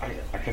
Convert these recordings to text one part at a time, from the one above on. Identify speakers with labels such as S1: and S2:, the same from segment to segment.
S1: I, I can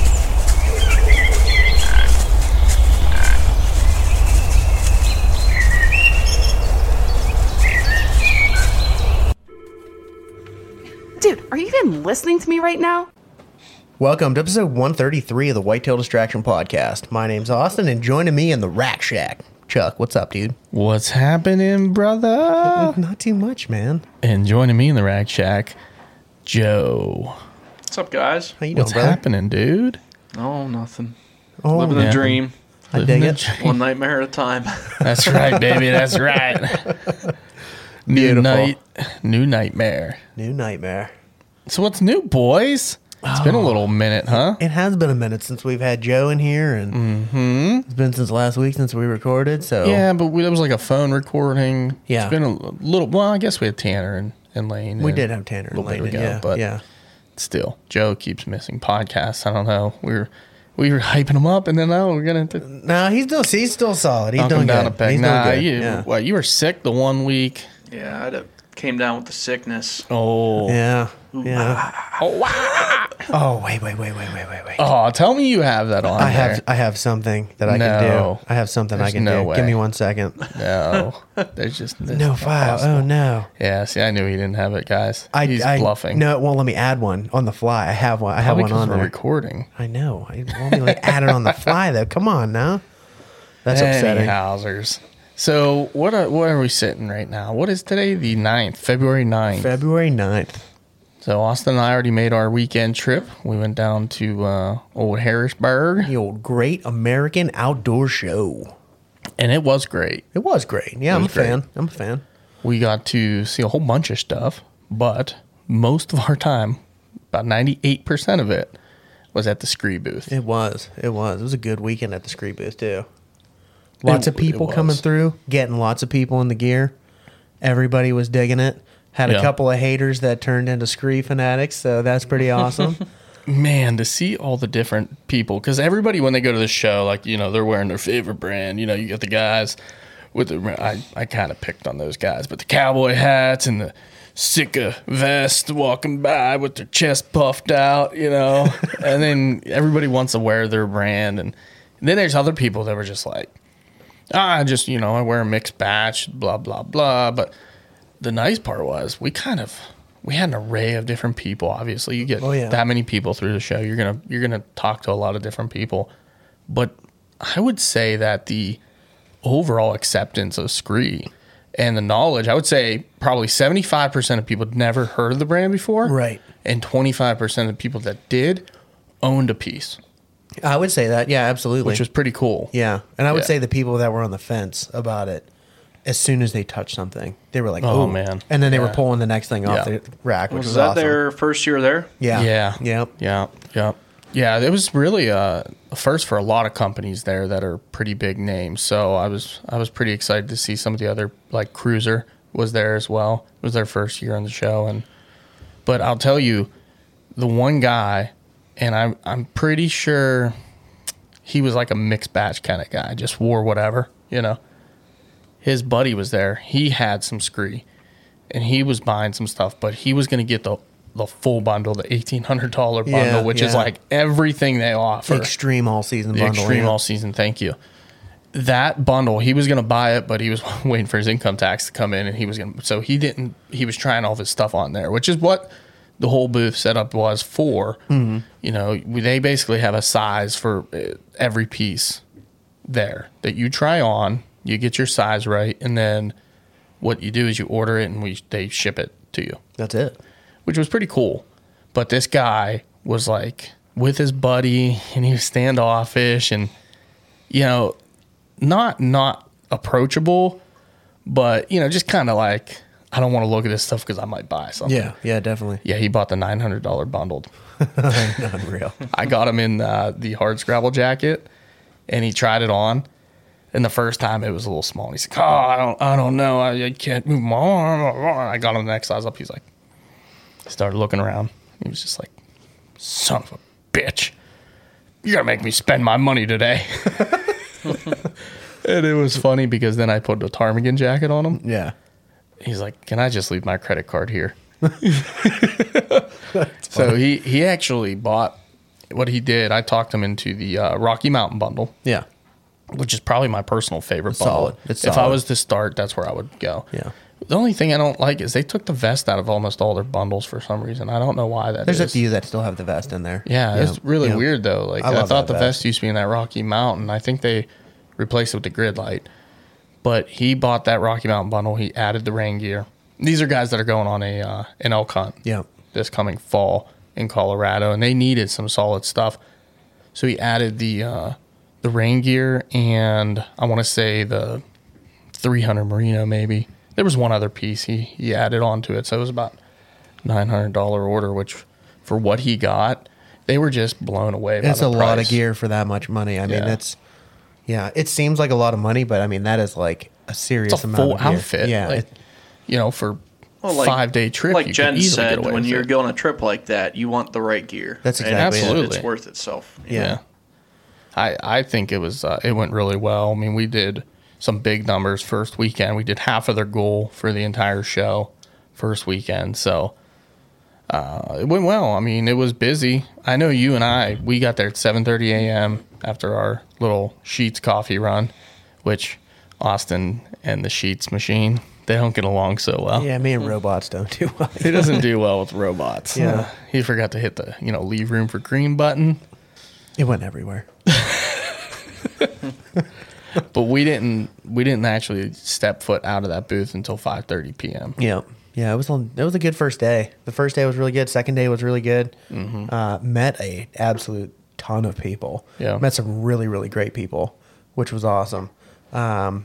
S2: FO. Dude, are you even listening to me right now?
S3: Welcome to episode 133 of the Whitetail Distraction Podcast. My name's Austin, and joining me in the Rack Shack, Chuck. What's up, dude?
S4: What's happening, brother?
S3: Not too much, man.
S4: And joining me in the Rack Shack, Joe.
S5: What's up, guys?
S3: How you doing,
S4: What's
S3: brother?
S4: happening, dude?
S5: Oh, nothing.
S3: Oh,
S5: Living
S4: yeah.
S5: the dream.
S3: I dig
S4: Living the
S3: it.
S4: dream.
S5: One nightmare at a time.
S4: That's right, baby. That's right. New
S3: Beautiful.
S4: night, new nightmare.
S3: New nightmare.
S4: So what's new, boys? It's been a little minute, huh?
S3: It has been a minute since we've had Joe in here, and it's been since last week since we recorded. So
S4: Yeah, but we, that was like a phone recording.
S3: Yeah.
S4: it's been a little. Well, I guess we had Tanner and, and Lane.
S3: we
S4: and
S3: did have Tanner and
S4: little bit
S3: Layden.
S4: ago,
S3: Yeah,
S4: but-
S3: yeah.
S4: Still, Joe keeps missing podcasts. I don't know. We were we were hyping him up, and then oh, we're gonna have to
S3: No, he's still he's still solid. He's
S4: knock
S3: doing
S4: him down
S3: good.
S4: a peg.
S3: He's doing
S4: nah,
S3: good.
S4: you
S3: yeah.
S4: what? You were sick the one week.
S5: yeah, I had a- came down with the sickness.
S4: Oh,
S3: Yeah. Yeah. Oh, wait, wait, wait, wait, wait, wait, wait.
S4: Oh, tell me you have that on.
S3: I have
S4: there.
S3: I have something that I
S4: No.
S3: can do. I have something I
S4: There's
S3: can
S4: no
S3: do.
S4: way.
S3: Give me one second.
S4: no. There's just there's
S3: No
S4: not
S3: file.
S4: possible.
S3: Oh no.
S4: Yeah, see, I knew he didn't have it, guys.
S3: I,
S4: He's
S3: I,
S4: bluffing.
S3: No, it won't let me add one on the fly. I have one. I have
S4: Probably
S3: one
S4: because
S3: on
S4: we're
S3: there.
S4: recording.
S3: I know. I won't be like add it on the fly though. Come on now. That's upsetting.
S4: Housers. So what are what are we sitting right now? What is today? The 9th, February 9th.
S3: February 9th.
S4: so Austin and I already made our weekend trip. We went down to uh, old Harrisburg,
S3: The old Great American Outdoor Show.
S4: and it was great.
S3: It was great. Yeah, I'm a
S4: was great.
S3: fan. I'm a fan.
S4: We got to see a whole bunch of stuff, but most of our time, about ninety eight percent of it, was at the Scree booth.
S3: It was. It was. It was a good weekend at the Scree Booth too. Lots
S4: It-
S3: of people
S4: it
S3: coming
S4: was.
S3: through, getting lots of people in the gear. Everybody was digging it. Had a
S4: Yeah.
S3: couple of haters that turned into Scree fanatics, so that's pretty awesome.
S4: Man, to see all the different people, because everybody when they go to the show, like you know, they're wearing their favorite brand. You know, you got the guys with the I, I kind of picked on those guys, but the cowboy hats and the Sika vest walking by with their chest puffed out, you know, and then everybody wants to wear their brand, and, and then there's other people that were just like, ah, I just you know, I wear a mixed batch, blah blah blah. But the nice part was we kind of we had an array of different people. Obviously, you get
S3: Oh, yeah.
S4: that many people through the show, you're gonna you're gonna talk to a lot of different people. But I would say that the overall acceptance of Scree and the knowledge, I would say probably 75% of people had never heard of the brand before.
S3: Right.
S4: And 25% of people that did owned a piece,
S3: I would say that. Yeah, absolutely.
S4: which was pretty cool.
S3: yeah, and I would
S4: Yeah.
S3: say the people that were on the fence about it as soon as they touched something. They were like,
S4: Oh,
S3: "Oh,
S4: man.
S3: And then they were
S4: Yeah.
S3: pulling the next thing off
S4: Yeah.
S3: the rack, which
S5: Was
S3: was,
S5: that
S3: awesome.
S5: their first year there?
S3: Yeah.
S4: Yeah.
S3: Yep.
S4: Yeah. Yeah. Yeah. It was really uh, a first for a lot of companies there that are pretty big names. So I was I was pretty excited to see some of the other like Cruiser was there as well. It was their first year on the show and but I'll tell you the one guy and I'm I'm pretty sure he was like a mixed batch kind of guy, just wore whatever, you know. His buddy was there. He had some scree and he was buying some stuff, but he was going to get the the full bundle, the eighteen hundred dollar bundle,
S3: Yeah,
S4: which is
S3: yeah.
S4: like everything they offer.
S3: Extreme all season
S4: the
S3: bundle.
S4: extreme
S3: yeah.
S4: all season. Thank you. That bundle, he was going to buy it, but he was waiting for his income tax to come in, and he was going. to So he didn't. He was trying all of his stuff on there, which is what the whole booth setup was for.
S3: Mm-hmm.
S4: You know, we- they basically have a size for uh, every piece there that you try on. You get your size right, and then what you do is you order it, and we they ship it to you
S3: That's it.
S4: which was pretty cool. But this guy was like with his buddy and he was standoffish and you know, not not approachable, but you know, just kind of like I don't want to look at this stuff because I might buy something.
S3: Yeah. Yeah. Definitely.
S4: Yeah, he bought the nine hundred dollar bundled.
S3: Unreal.
S4: I got him in uh, the hard scrabble jacket, and he tried it on. And the first time it was a little small. He's like, "Oh, I don't, I don't know. I, I can't move my arm." I got him the next size up. He's like, started looking around. He was just like, "Son of a bitch, you're gonna make me spend my money today." and it was funny because then I put the ptarmigan jacket on him.
S3: Yeah.
S4: He's like, "Can I just leave my credit card here?" so he he actually bought what he did. I talked him into the uh, Rocky Mountain bundle,
S3: Yeah.
S4: which is probably my personal favorite
S3: It's
S4: bundle.
S3: solid. It's
S4: if I
S3: solid.
S4: was to start, that's where I would go.
S3: Yeah.
S4: The only thing I don't like is they took the vest out of almost all their bundles for some reason. I don't know why that
S3: There's a
S4: is.
S3: few that still have the vest in there.
S4: Yeah, it's really
S3: Yeah.
S4: weird though. Like
S3: I
S4: I,
S3: love
S4: thought
S3: that
S4: the vest.
S3: vest.
S4: used to be in that Rocky Mountain. I think they replaced it with the grid light. But he bought that Rocky Mountain bundle. He added the rain gear. These are guys that are going on a uh, an elk hunt
S3: Yeah.
S4: this coming fall in Colorado, and they needed some solid stuff. So he added the uh, the rain gear and I want to say the 300 merino maybe. There was one other piece he he added onto it, so it was about nine hundred dollar order, which for what he got, they were just blown away. By
S3: It's
S4: the
S3: a lot of
S4: price.
S3: gear for that much money. I mean,
S4: Yeah.
S3: that's yeah. It seems like a lot of money, but I mean, that is like a serious
S4: It's a
S3: amount
S4: full
S3: of gear.
S4: outfit.
S3: Yeah.
S4: like,
S3: it-
S4: you know, for
S5: Well, like-
S4: five day trip.
S5: Like
S4: you could
S5: Jen
S4: easily
S5: said,
S4: get away
S5: when
S4: with
S5: you're
S4: it.
S5: going on a trip like that, you want the right gear.
S3: That's
S5: And
S3: exactly
S5: it's-
S4: it.
S5: It's
S4: Absolutely.
S5: worth itself.
S3: yeah.
S4: Yeah. I I think it was uh, it went really well. I mean, we did some big numbers first weekend. We did half of their goal for the entire show first weekend. So uh, it went well. I mean, it was busy. I know you and I we got there at 7:30 a.m. after our little sheets coffee run, which Austin and the sheets machine they don't get along so well.
S3: Yeah, me and robots don't do well.
S4: He doesn't do well with robots.
S3: Yeah.
S4: Uh, he forgot to hit the you know leave room for green button.
S3: It went everywhere.
S4: but we didn't we didn't actually step foot out of that booth until 5:30 p.m.
S3: Yeah. Yeah, it was on- it was a good first day. The first day was really good. Second day was really good.
S4: Mm-hmm.
S3: Uh, met a absolute ton of people.
S4: Yeah.
S3: met some really really great people, which was awesome. Um,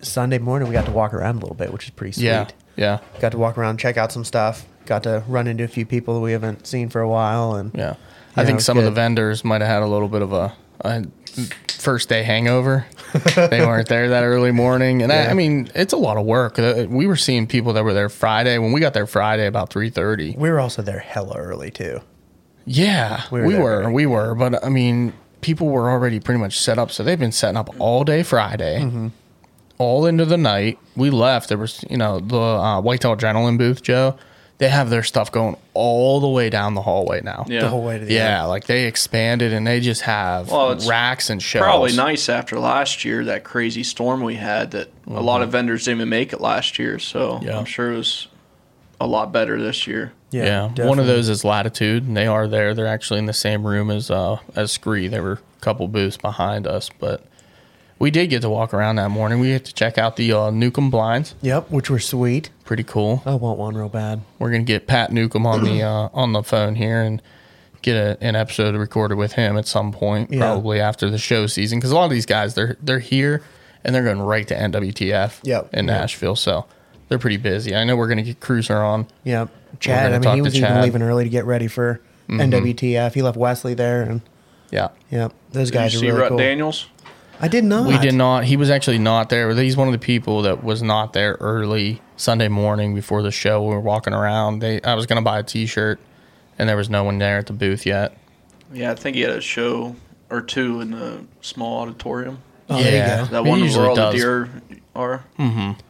S3: Sunday morning we got to walk around a little bit, which is pretty sweet.
S4: Yeah. Yeah.
S3: Got to walk around, check out some stuff. Got to run into a few people that we haven't seen for a while, and
S4: Yeah. I
S3: Yeah, it
S4: think
S3: was
S4: some of the
S3: good.
S4: vendors might have had a little bit of a, a first day hangover. they weren't there that early morning, and I, I mean it's a lot of work. Uh, We were seeing people that were there Friday when we got there Friday about 3:30.
S3: we were also there hella early too.
S4: Yeah, we
S3: We
S4: were,
S3: were
S4: we
S3: there
S4: were,
S3: early.
S4: but I mean, people were already pretty much set up, so they've been setting up all day Friday,
S5: Mm-hmm.
S4: all into the night. We left. There was, you know, the uh, Whitetail Adrenaline booth, Joe. They have their stuff going all the way down the hallway now.
S5: Yeah.
S3: The whole way to the
S4: yeah,
S3: end.
S4: like they expanded and they just have
S5: Well, it's
S4: racks and shelves.
S5: Probably nice after last year, that crazy storm we had that a lot of vendors didn't even make it last year. So
S4: Yeah.
S5: I'm sure it was a lot better this year.
S4: Yeah, one
S3: definitely.
S4: of those is Latitude, and they are there. They're actually in the same room as uh, as Scree. There were a couple booths behind us, but we did get to walk around that morning. We had to check out the uh, Newcomb blinds.
S3: Yep, which were sweet.
S4: Pretty cool.
S3: I want one real bad.
S4: We're gonna get Pat Newcomb on the uh, on the phone here and get a, an episode recorded with him at some point,
S3: Yeah.
S4: probably after the show season, because a lot of these guys they're they're here and they're going right to NWTF
S3: Yep.
S4: in Nashville. So they're pretty busy. I know we're going to get Cruiser on.
S3: Yeah, Chad.
S4: gonna
S3: I mean,
S4: talk
S3: he
S4: to
S3: was even
S4: Chad. Mm-hmm.
S3: leaving early to get ready for NWTF. He left Wesley there, and
S4: Yeah.
S3: yeah, those
S5: Did you
S3: guys
S5: see
S3: are really
S5: Rut
S3: cool.
S5: Daniels?
S3: I did not.
S4: We did not. He was actually not there. He's one of the people that was not there early Sunday morning before the show. We were walking around. They, I was going to buy a T-shirt, and there was no one there at the booth yet.
S5: Yeah, I think he had a show or two in the small auditorium.
S3: Oh, there you go.
S5: That
S4: He
S5: one where
S4: usually
S5: all the
S4: does.
S5: deer are.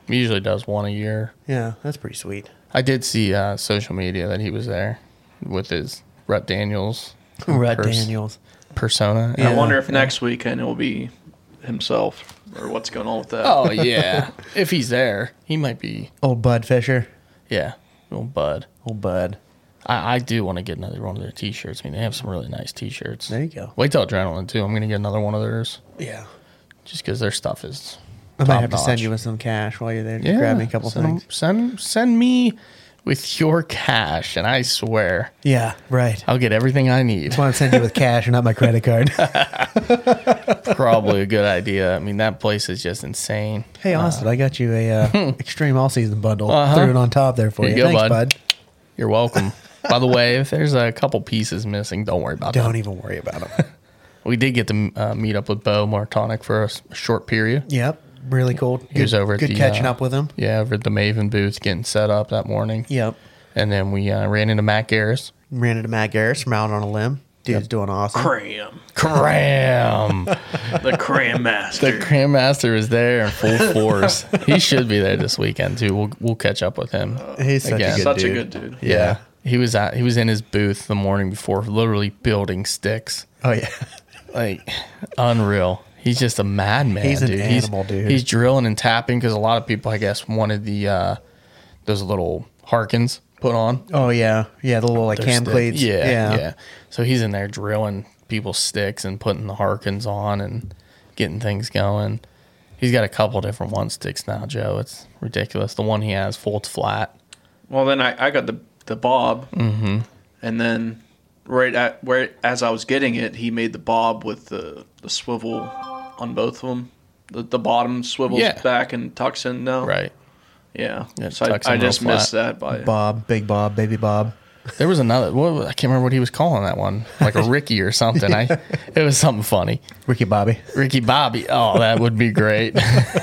S4: He usually does one a year.
S3: Yeah, that's pretty sweet.
S4: I did see uh, social media that he was there with his Rut Daniels
S3: Rut
S4: pers-
S3: Daniels.
S4: persona.
S5: I wonder if next weekend it will be himself or what's going on with that.
S4: Oh yeah, if he's there, he might be.
S3: Old Bud Fisher.
S4: Yeah, little bud.
S3: Old Bud.
S4: I, I do want to get another one of their T-shirts. I mean, they have some really nice T-shirts.
S3: There you go.
S4: Wait till adrenaline too. I'm gonna get another one of theirs
S3: Yeah.
S4: just because their stuff is.
S3: I might have to
S4: top-notch.
S3: send you with some cash while you're there. Just grab me a couple
S4: send 'em-
S3: things.
S4: Send send me with your cash, and I swear
S3: Yeah, right. I
S4: I'll get everything I need.
S3: just want to send you with cash and not my credit card.
S4: Probably a good idea. I mean, that place is just insane.
S3: hey, Austin,
S4: Uh-huh.
S3: I got you a uh, extreme all season bundle. Threw it on top there for
S4: Here
S3: you.
S4: you go,
S3: Thanks, bud.
S4: bud. You're welcome. By the way, if there's a couple pieces missing, don't worry about
S3: Don't
S4: that.
S3: even worry about it.
S4: We did get to uh, meet up with Bo Martonic for a s- short period.
S3: yep. Really cool. Good,
S4: He was over at
S3: good
S4: the,
S3: catching
S4: uh,
S3: up with him.
S4: Yeah, over at the Maven booth getting set up that morning.
S3: Yep.
S4: And then we uh, ran into Matt Garris.
S3: Ran into Matt Garris from Out on a Limb. Dude's doing awesome.
S5: Cram.
S4: Cram!
S5: The cram master.
S4: the Cram Master is there in full force. he should be there this weekend too. We'll we'll catch up with him.
S3: He's such
S4: Again.
S3: a good
S5: Such
S3: dude.
S5: a good dude.
S4: yeah. He was at, he was in his booth the morning before, literally building sticks.
S3: Oh yeah.
S4: like unreal. He's just a madman.
S3: He's an
S4: dude.
S3: animal, dude.
S4: He's drilling and tapping because a lot of people, I guess, wanted the uh, those little Harkins put on.
S3: Oh yeah. Yeah, the little like cam
S4: Stick.
S3: cleats.
S4: Yeah, yeah,
S3: yeah.
S4: So he's in there drilling people's sticks and putting the Harkins on and getting things going. He's got a couple different one sticks now, Joe. It's ridiculous. The one he has folds flat.
S5: Well, then I, I got the the bob,
S4: Mm-hmm.
S5: and then right at where as I was getting it, he made the bob with the, the swivel on both of them. The, the bottom swivels
S4: Yeah.
S5: back and tucks in now.
S4: Right.
S5: Yeah.
S4: Yeah,
S5: so
S4: tucks
S5: I, I
S4: in real
S5: just missed that by
S3: Bob, Big Bob, Baby Bob.
S4: There was another. What, I can't remember what he was calling that one, like a Ricky or something. I. It was something funny.
S3: Ricky Bobby.
S4: Ricky Bobby. Oh, that would be great.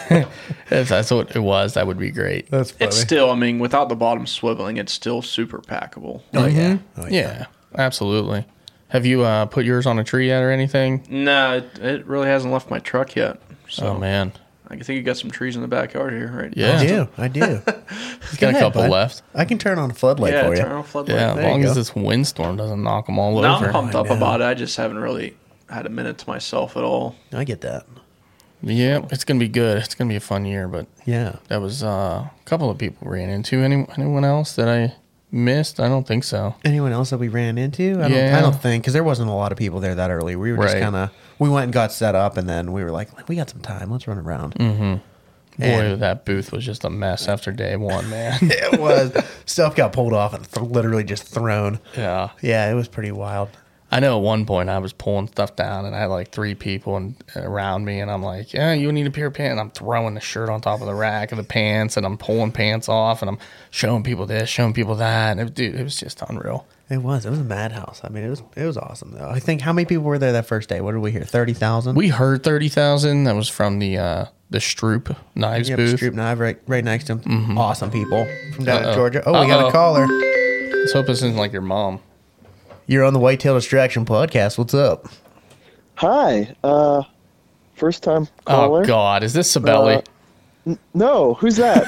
S4: if that's what it was, that would be great.
S3: That's funny.
S5: It's still, I mean, without the bottom swiveling, it's still super packable.
S3: oh, yeah.
S4: Mm-hmm. yeah. absolutely. Have you uh, put yours on a tree yet or anything?
S5: No, it, it really hasn't left my truck yet. So
S4: Oh man,
S5: I think you got some trees in the backyard here, right?
S4: yeah,
S3: I do. I do.
S4: he's got a couple left.
S3: I can turn on a floodlight
S5: Yeah,
S3: for you.
S5: turn on floodlight.
S4: Yeah, as
S3: you
S4: long as
S3: go.
S4: this windstorm doesn't knock them all
S5: No,
S4: over.
S5: I'm pumped up
S3: know.
S5: about it. I just haven't really had a minute to myself at all.
S3: I get that.
S4: yeah, it's gonna be good. It's gonna be a fun year. But
S3: Yeah.
S4: that was uh, a couple of people ran into. Any anyone else that I missed? I don't think so.
S3: Anyone else that we ran into? I don't, I
S4: Yeah.
S3: don't think because there wasn't a lot of people there that early. We were just
S4: Right.
S3: kind of we went and got set up, and then we were like, we got some time. Let's run around.
S4: Mm-hmm. Boy, that booth was just a mess after day one, man.
S3: It was stuff got pulled off and th- literally just thrown.
S4: yeah.
S3: Yeah, it was pretty wild.
S4: I know at one point I was pulling stuff down and I had like three people and, around me and I'm like, yeah, you need a pair of pants. And I'm throwing the shirt on top of the rack of the pants and I'm pulling pants off and I'm showing people this, showing people that. And it, dude, it was just unreal.
S3: It was. It was a madhouse. I mean, it was it was awesome though. I think how many people were there that first day? What did we hear? Thirty thousand.
S4: We heard 30,000. That was from the, uh, the Stroop Knives
S3: yep,
S4: booth. Mm-hmm.
S3: Stroop Knife right, right next to him. Awesome people from down
S4: Uh-oh.
S3: in Georgia. Oh, we got
S4: Uh-oh.
S3: a caller.
S4: Let's hope this isn't like your mom.
S3: You're on the Whitetail Distraction podcast. What's up?
S6: Hi, uh, first time caller.
S4: Oh, God. Is this Sabelli?
S6: No, who's that?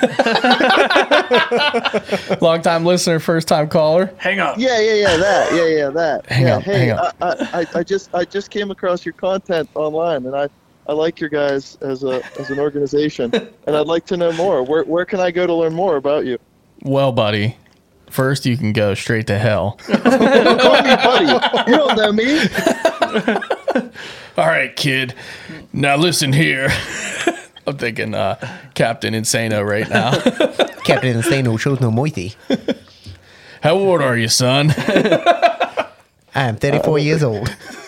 S5: Uh.
S4: Long time listener, first time caller.
S5: Hang up.
S6: yeah, yeah, yeah, that. Yeah, yeah, that.
S4: Hang
S6: yeah,
S4: up,
S6: hey,
S4: hang up.
S6: I, I, I- I just, I just came across your content online, and I, I like your guys as a, as an organization, and I'd like to know more. Where, where can I go to learn more about you?
S4: Well, buddy, first you can go straight to hell.
S6: Call me buddy. You don't know me.
S4: All right, kid. Now listen here. I'm thinking uh, Captain Insano right now.
S3: Captain Insano shows no moiety.
S4: How old are you, son?
S3: I am 34
S4: Uh,
S3: years old.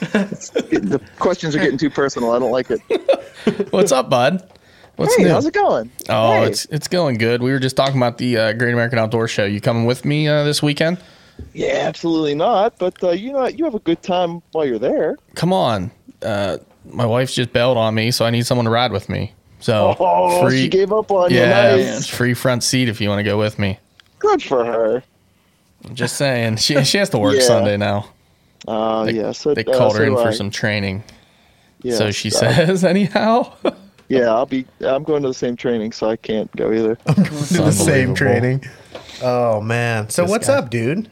S6: The questions are getting too personal. I don't like it.
S4: What's up, bud? What's
S5: hey,
S4: new?
S5: how's it going?
S4: Oh,
S5: Hey.
S4: it's it's going good. We were just talking about the uh, Great American Outdoor Show. You coming with me uh, this weekend?
S5: yeah, absolutely not. But uh, you know, you have a good time while you're there.
S4: Come on. Uh, my wife's just bailed on me, so I need someone to ride with me. So
S5: Oh, she gave up on
S4: yeah,
S5: you. Nice.
S4: free front seat if you want to go with me.
S5: Good for her.
S4: I'm just saying, she she has to work
S5: Yeah.
S4: Sunday now.
S5: Oh,
S4: They,
S5: yeah. So
S4: they
S5: uh,
S4: called her
S5: so
S4: in
S5: do I.
S4: for some training.
S5: Yeah,
S4: so she
S5: so-
S4: says, anyhow.
S5: Yeah, I'll be. I'm going to the same training, so I can't go either.
S3: Do the same
S4: Unbelievable.
S3: training. Oh man. So what's up, dude?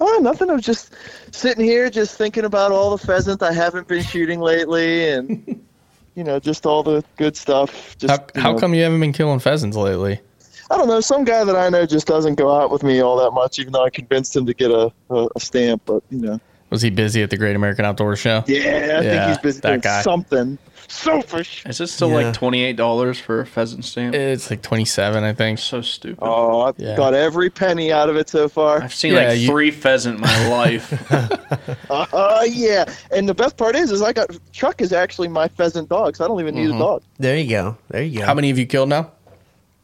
S5: Oh, nothing. I was just sitting here, just thinking about all the pheasant I haven't been shooting lately, and you know, just all the good stuff. Just
S4: How,
S5: you
S4: how
S5: know.
S4: come you haven't been killing pheasants lately?
S5: I don't know. Some guy that I know just doesn't go out with me all that much, even though I convinced him to get a, a, a stamp. But you know,
S4: Was he busy at the Great American Outdoor Show?
S5: yeah, I
S4: Yeah,
S5: think he's busy
S4: that
S5: doing
S4: guy.
S5: something. Selfish.
S7: Is it still
S3: Yeah.
S7: like twenty eight dollars for a pheasant stamp?
S4: It's like 27, I think.
S7: so stupid.
S5: Oh, I've
S4: Yeah.
S5: got every penny out of it so far.
S7: I've seen
S4: Yeah,
S7: like
S4: you-
S7: three pheasant in my life.
S5: Uh, yeah. And the best part is, is I got Chuck is actually my pheasant dog, so I don't even need a
S7: Mm-hmm.
S5: dog.
S3: There you go. There you go.
S4: How many have you killed now?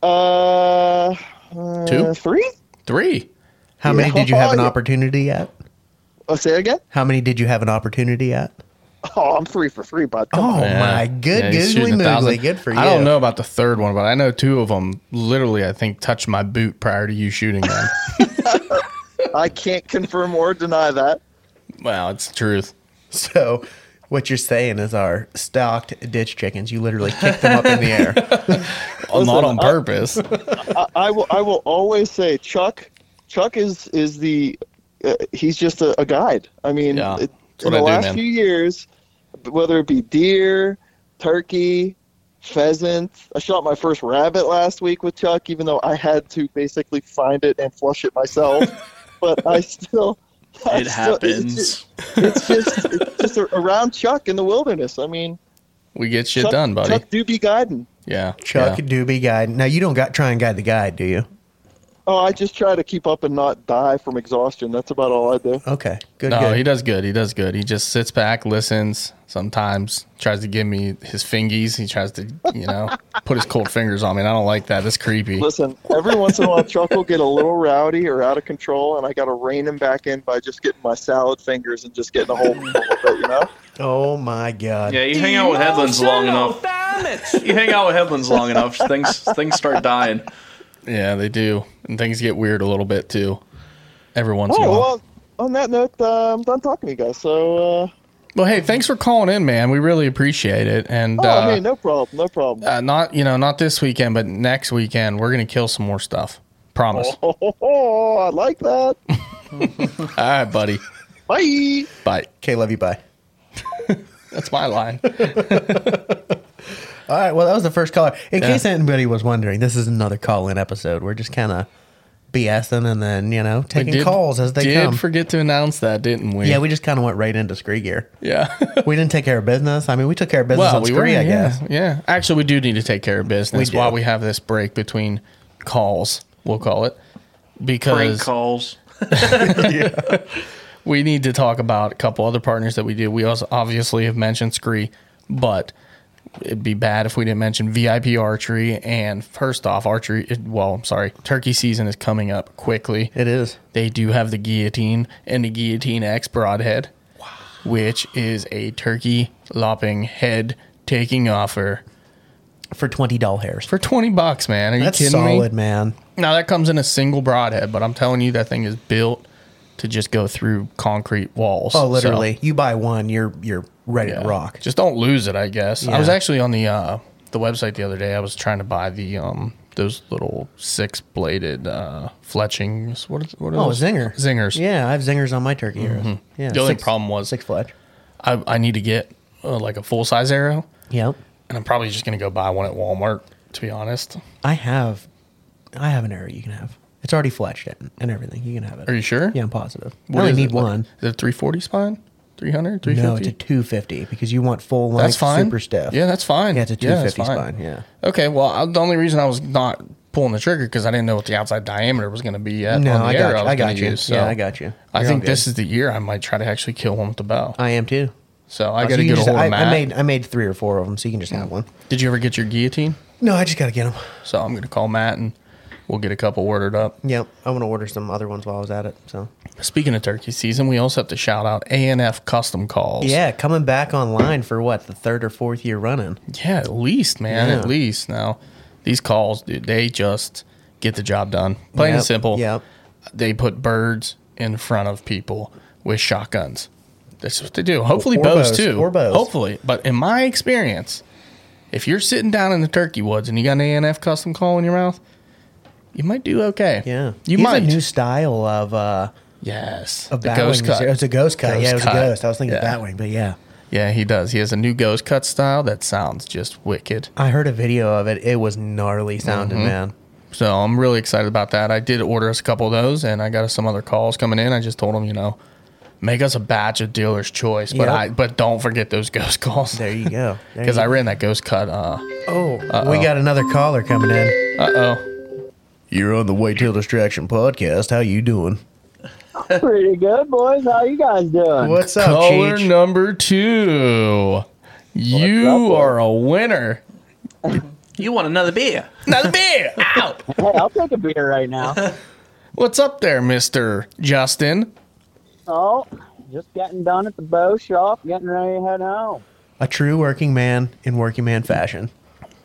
S5: Uh, uh,
S4: Two?
S5: three.
S4: Three.
S3: How many did you have an
S5: Yeah.
S3: opportunity at?
S5: Oh, say it again.
S3: How many did you have an opportunity at?
S5: Oh, I'm three for three, bud. Come
S3: Oh
S5: on.
S4: Yeah.
S3: my good
S4: Yeah, he's
S3: googly
S4: shooting a thousand.
S3: moogly. Good for you.
S4: I don't know about the third one, but I know two of them literally, I think, touched my boot prior to you shooting them.
S5: I can't confirm or deny that.
S4: wow, it's the truth.
S3: So what you're saying is our stocked ditch chickens, you literally kick them up in the air.
S4: Not on purpose.
S5: I, I will. I will always say Chuck. Chuck is is the. Uh, he's just a, a guide. I mean,
S4: Yeah.
S5: it-
S4: That's
S5: in
S4: what
S5: the
S4: I do,
S5: last
S4: man.
S5: few years, whether it be deer, turkey, pheasant, I shot my first rabbit last week with Chuck, even though I had to basically find it and flush it myself. but I still. I
S7: It
S5: still- it's ju-
S7: happens.
S5: it's just it's just a- around Chuck in the wilderness. I mean,
S4: We get shit
S5: Chuck,
S4: done, buddy.
S5: Chuck do be guiding.
S4: yeah.
S3: Chuck
S4: yeah.
S3: Doobie guide. Now you don't got try and guide the guide, do you?
S5: Oh, I just try to keep up and not die from exhaustion. That's about all I do.
S3: Okay. Good.
S4: No,
S3: good.
S4: he does good. He does good. He just sits back, listens, sometimes tries to give me his fingies. He tries to, you know, put his cold fingers on me. And I don't like that. That's creepy.
S5: Listen, every once in a while, Chuck will get a little rowdy or out of control, and I got to rein him back in by just getting my salad fingers and just getting a hold of him a little bit, you know?
S3: oh my god.
S7: Yeah, you hang out with headlands long enough. You hang out with headlands long enough, things things start dying.
S4: Yeah, they do. And things get weird a little bit too. Every once in a
S5: Oh,
S4: while.
S5: well, on that note, uh, I'm done talking to you guys. So, uh,
S4: Well, hey, thanks for calling in, man. We really appreciate it. And
S5: oh,
S4: uh,
S5: hey, no problem, no problem.
S4: uh, not, you know, not this weekend, but next weekend, we're going to kill some more stuff. Promise.
S5: Oh, ho, ho, I like that.
S4: All right, buddy.
S5: Bye.
S4: Bye.
S3: Okay, love you. Bye.
S4: That's my line.
S3: All right. Well, that was the first caller. In
S4: Yeah.
S3: case anybody was wondering, this is another call-in episode. We're just kind of BSing and then you know taking
S4: Did-
S3: calls as they
S4: did
S3: come.
S4: forget to announce that, didn't we?
S3: yeah, we just kind of went right into Scree Gear.
S4: yeah.
S3: We didn't take care of business. I mean, we took care of business
S4: Well,
S3: on
S4: we
S3: Scree,
S4: were,
S3: I
S4: yeah,
S3: guess.
S4: Yeah. Actually, we do need to take care of business
S3: We do.
S4: while we have this break between calls, we'll call it,
S7: Prank
S4: because
S7: calls.
S4: we need to talk about a couple other partners that we do. We also obviously have mentioned Scree, but it'd be bad if we didn't mention VIP Archery. And first off, archery, well, I'm sorry, turkey season is coming up quickly.
S3: It is.
S4: They do have the guillotine and the guillotine X broadhead, which is a turkey lopping head taking offer.
S3: For twenty doll hairs.
S4: for 20 bucks, man. Are you
S3: That's
S4: kidding
S3: solid,
S4: me?
S3: man.
S4: Now that comes in a single broadhead, but I'm telling you that thing is built to just go through concrete walls.
S3: Oh,
S4: So,
S3: literally. You buy one, you're you're ready
S4: yeah.
S3: to rock.
S4: Just don't lose it, I guess. I
S3: Yeah.
S4: was actually on the uh the website the other day. I was trying to buy the um those little six bladed uh fletchings. What are, what are
S3: oh,
S4: those?
S3: zinger.
S4: Zingers. Mm-hmm.
S3: Yeah, I have zingers on my turkey arrows. Yeah.
S4: The only
S3: six-
S4: problem was
S3: six fletch.
S4: I, I need to get uh, like a full size arrow,
S3: Yep.
S4: and I'm probably just gonna go buy one at Walmart. To be honest,
S3: I have, I have an arrow you can have. It's already fletched in and everything. You can have it.
S4: are you sure?
S3: Yeah, I'm positive.
S4: What
S3: I only
S4: is
S3: need
S4: it? Like,
S3: one.
S4: Is it 340 spine? 300? 350?
S3: No, it's a 250 because you want full length,
S4: That's fine.
S3: super stiff.
S4: Yeah, that's fine.
S3: Yeah, it's a
S4: that's
S3: 250
S4: fine.
S3: spine. Yeah.
S4: Okay. Well, I, the only reason I was not pulling the trigger because I didn't know what the outside diameter was going to be yet.
S3: No,
S4: on the
S3: I
S4: arrow
S3: got you.
S4: was
S3: I got
S4: gonna
S3: you.
S4: use, so
S3: Yeah, I got you.
S4: I
S3: You're all
S4: think
S3: good.
S4: this is the year I might try to actually kill one with the bow.
S3: I am too.
S4: So I
S3: uh, So
S4: got to
S3: you
S4: get
S3: can
S4: a Mm.
S3: just-
S4: hold
S3: I,
S4: of Matt.
S3: I made I made three or four of them, so you can just have one.
S4: Did you ever get your guillotine?
S3: No, I just gotta get them.
S4: So I'm gonna call Matt and we'll get a couple ordered up.
S3: Yep, I'm gonna order some other ones while I was at it. So
S4: Speaking of turkey season, we also have to shout out ANF Custom Calls.
S3: yeah, coming back online for what the third or fourth year running.
S4: Yeah, at least, man,
S3: Yeah.
S4: at least. Now, these calls, dude, they just get the job done. Plain
S3: Yep,
S4: and simple.
S3: yep.
S4: They put birds in front of people with shotguns. That's what they do. Hopefully,
S3: Or
S4: bows,
S3: bows,
S4: too.
S3: or bows.
S4: Hopefully, but in my experience, if you're sitting down in the turkey woods and you got an ANF custom call in your mouth, you might do okay.
S3: Yeah,
S4: you
S3: He's
S4: might.
S3: a new style of uh
S4: yes,
S3: of
S4: the
S3: bat wing. It was a ghost cut. yeah, it was
S4: cut.
S3: a ghost. I was thinking
S4: yeah.
S3: bat wing, but yeah.
S4: Yeah, he does. He has a new ghost cut style that sounds just wicked.
S3: I heard a video of it. It was gnarly sounding,
S4: Mm-hmm.
S3: man.
S4: So I'm really excited about that. I did order us a couple of those, and I got us some other calls coming in. I just told them, you know, make us a batch of dealer's choice, but
S3: Yep.
S4: I but don't forget those ghost calls.
S3: There you go. There
S4: Because
S3: you
S4: I ran that ghost cut. Uh
S3: Oh, we got another caller coming in.
S4: oh.
S3: You're on the Whitetail Distraction podcast. How you doing?
S5: Pretty good, boys. How you guys doing?
S3: What's up,
S4: Caller
S3: Cheech?
S4: number two. You are a winner.
S7: You want another beer?
S4: Another beer out.
S5: Hey, I'll take a beer right now.
S4: What's up there, Mister Justin?
S5: oh, just getting done at the bow shop, getting ready to head home.
S3: A true working man in working man fashion.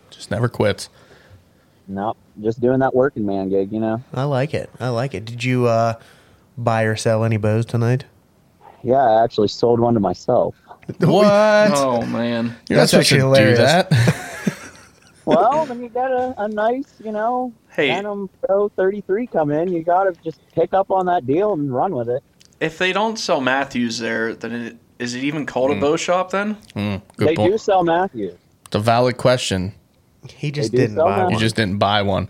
S4: Just never quits.
S5: Nope, just doing that working man gig, you know.
S3: I like it. I like it. Did you uh, buy or sell any bows tonight?
S5: Yeah, I actually sold one to myself.
S4: What?
S7: Oh man,
S4: You're not
S3: That's
S4: supposed to
S3: actually
S4: do
S3: hilarious.
S4: that.
S5: Well, when you got a, a nice, you know,
S7: Hey.
S5: Phantom Pro 33 come in, you got to just pick up on that deal and run with it.
S7: if they don't sell Matthews there, then it, is it even called a bow shop then?
S4: Good
S5: they
S4: point.
S5: do sell Matthews.
S4: It's a valid question.
S3: He just
S5: They do
S3: didn't
S5: sell
S3: buy
S5: them.
S4: You
S3: one.
S4: just didn't buy one.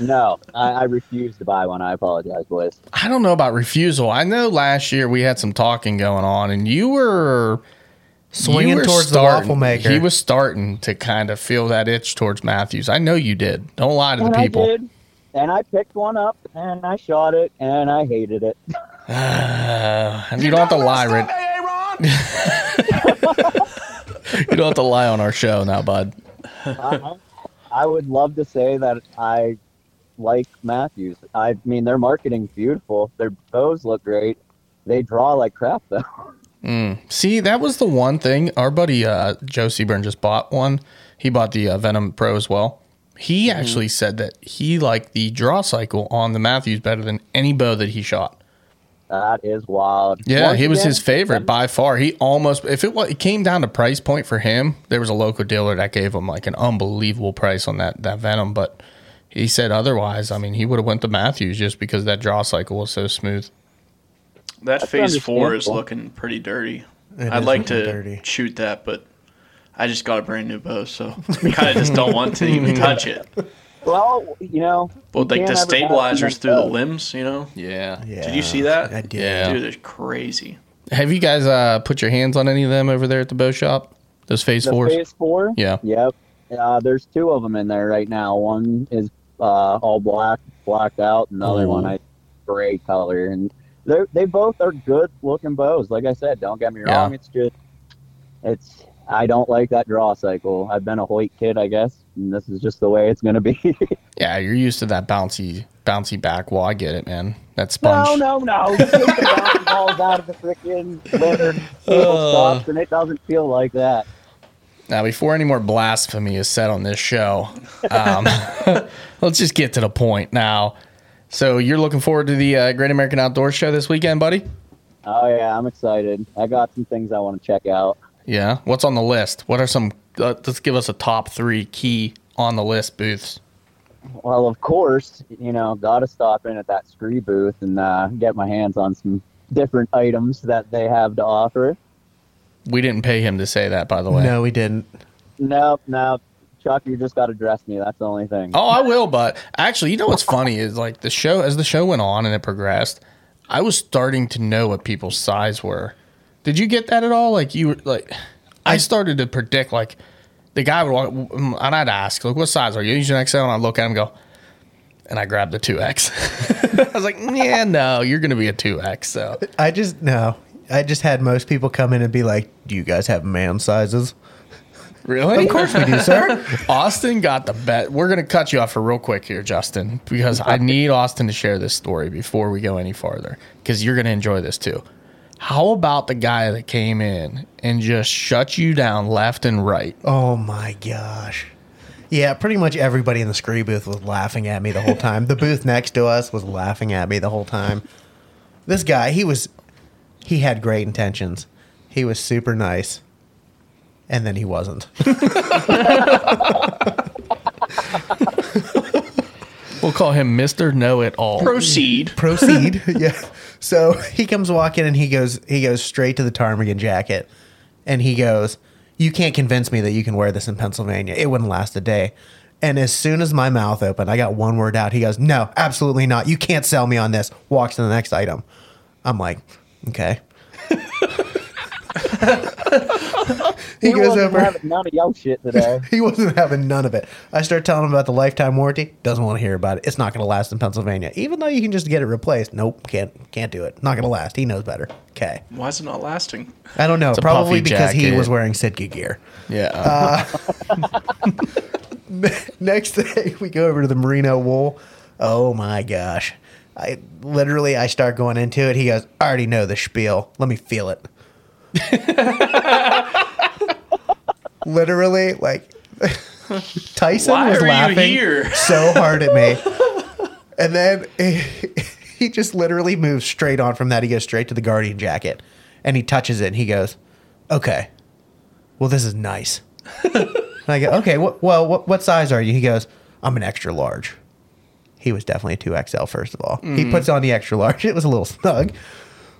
S5: No, I, I refuse to buy one. I apologize, boys.
S4: I don't know about refusal. I know last year we had some talking going on, and you were
S3: Swinging
S4: you were
S3: towards the waffle maker.
S4: He was starting to kind of feel that itch towards Matthews. I know you did. Don't lie to the
S5: and I
S4: people.
S5: did. And I picked one up and I shot it and I hated it.
S4: Uh, And you don't have to lie, Red. you don't have to lie on our show now, bud.
S5: I, I would love to say that I like Matthews. I mean, their marketing's beautiful. Their bows look great. They draw like crap, though.
S4: Mm. See, that was the one thing. Our buddy uh, Joe Seaburn just bought one. He bought the uh, Venom Pro as well. He
S5: Mm-hmm.
S4: actually said that he liked the draw cycle on the Matthews better than any bow that he shot.
S5: That is wild.
S4: Yeah,
S5: Once
S4: he was
S5: again,
S4: his favorite
S5: that-
S4: by far. He almost if it was it came down to price point for him, there was a local dealer that gave him like an unbelievable price on that that Venom, but he said otherwise. I mean, he would have went to Matthews just because that draw cycle was so smooth.
S7: That phase four is
S5: understandable.
S7: looking pretty dirty.
S3: It
S7: I'd
S3: is
S7: like
S3: looking
S7: to
S3: dirty.
S7: shoot that, but I just got a brand new bow, so I kind of just don't want to even touch it.
S5: Well, you know.
S7: Well,
S5: you
S7: like the
S5: can't ever have too
S7: stabilizers
S5: many
S7: through the
S5: bows.
S7: limbs, you know.
S4: Yeah.
S3: Yeah,
S7: Did you see that?
S3: I did.
S4: Yeah.
S7: Dude, it's crazy.
S4: Have you guys uh put your hands on any of them over there at the bow shop? Those phase
S5: The
S4: fours?
S5: phase four.
S4: Yeah.
S5: Yep. Uh, there's two of them in there right now. One is uh, all black, blacked out, and the other
S4: Ooh.
S5: one I gray color. And they they both are good looking bows. Like I said, don't get me
S4: Yeah.
S5: wrong. It's just it's I don't like that draw cycle. I've been a Hoyt kid, I guess, and this is just the way it's gonna be.
S4: Yeah, you're used to that bouncy bouncy back wall. I get it, man. That sponge.
S5: no, no, no. Kick the round balls out of the freaking litter, table stops, and it doesn't feel like that.
S4: Now, before any more blasphemy is said on this show, um, let's just get to the point now. So, you're looking forward to the uh, Great American Outdoor Show this weekend, buddy?
S5: Oh yeah, I'm excited. I got some things I want to check out.
S4: Yeah. What's on the list? What are some? Uh, let's give us a top three key on the list booths.
S5: Well, of course, you know, gotta stop in at that scree booth and uh, get my hands on some different items that they have to offer.
S4: We didn't pay him to say that, by the way.
S3: No, we didn't.
S5: Nope, nope. Chuck, you just gotta dress me. That's the only thing.
S4: Oh, I will, but actually, you know what's funny is like the show as the show went on and it progressed, I was starting to know what people's size were. Did you get that at all? Like you were like I started to predict like the guy would walk mm, and I'd ask, like, what size are you? He's an XL and I look at him and go and I grabbed the two X. I was like, yeah, no, you're gonna be a two X. So
S3: I just no. I just had most people come in and be like, "Do you guys have man sizes?"
S4: Really?
S3: Of course we do, sir.
S4: Austin got the bet. We're going to cut you off for real quick here, Justin, because I need Austin to share this story before we go any farther, because you're going to enjoy this too. How about the guy that came in and just shut you down left and right?
S3: Oh my gosh. Yeah, pretty much everybody in the scree booth was laughing at me the whole time. the booth next to us was laughing at me the whole time. This guy, he was he had great intentions. He was super nice. And then he wasn't.
S4: We'll call him Mr. Know It All.
S5: Proceed.
S3: proceed. yeah. So he comes walking and he goes he goes straight to the ptarmigan jacket and he goes, You can't convince me that you can wear this in Pennsylvania. It wouldn't last a day. And as soon as my mouth opened, I got one word out. He goes, No, absolutely not. You can't sell me on this. Walks to the next item. I'm like, Okay. he goes
S6: wasn't
S3: over.
S6: having none of y'all shit today.
S3: He wasn't having none of it. I start telling him about the lifetime warranty. Doesn't want to hear about it. It's not going to last in Pennsylvania. Even though you can just get it replaced. Nope, can't can't do it. Not going to last. He knows better. Okay.
S5: Why is it not lasting?
S3: I don't know.
S4: a
S3: Probably
S4: puffy
S3: because he
S4: jacket.
S3: was wearing Sitka gear.
S4: Yeah.
S3: Next day we go over to the merino wool. Oh my gosh. I literally I start going into it. He goes, "I already know the spiel. Let me feel it." literally like Tyson
S5: Why
S3: was
S5: are you
S3: laughing
S5: here?
S3: so hard at me. And then he, he just literally moves straight on from that. He goes straight to the guardian jacket and he touches it and he goes, "Okay. Well, this is nice." And I go, okay, wh- well, what, what size are you? He goes, I'm an extra large. He was definitely a 2XL, first of all. He puts on the extra large. It was a little snug,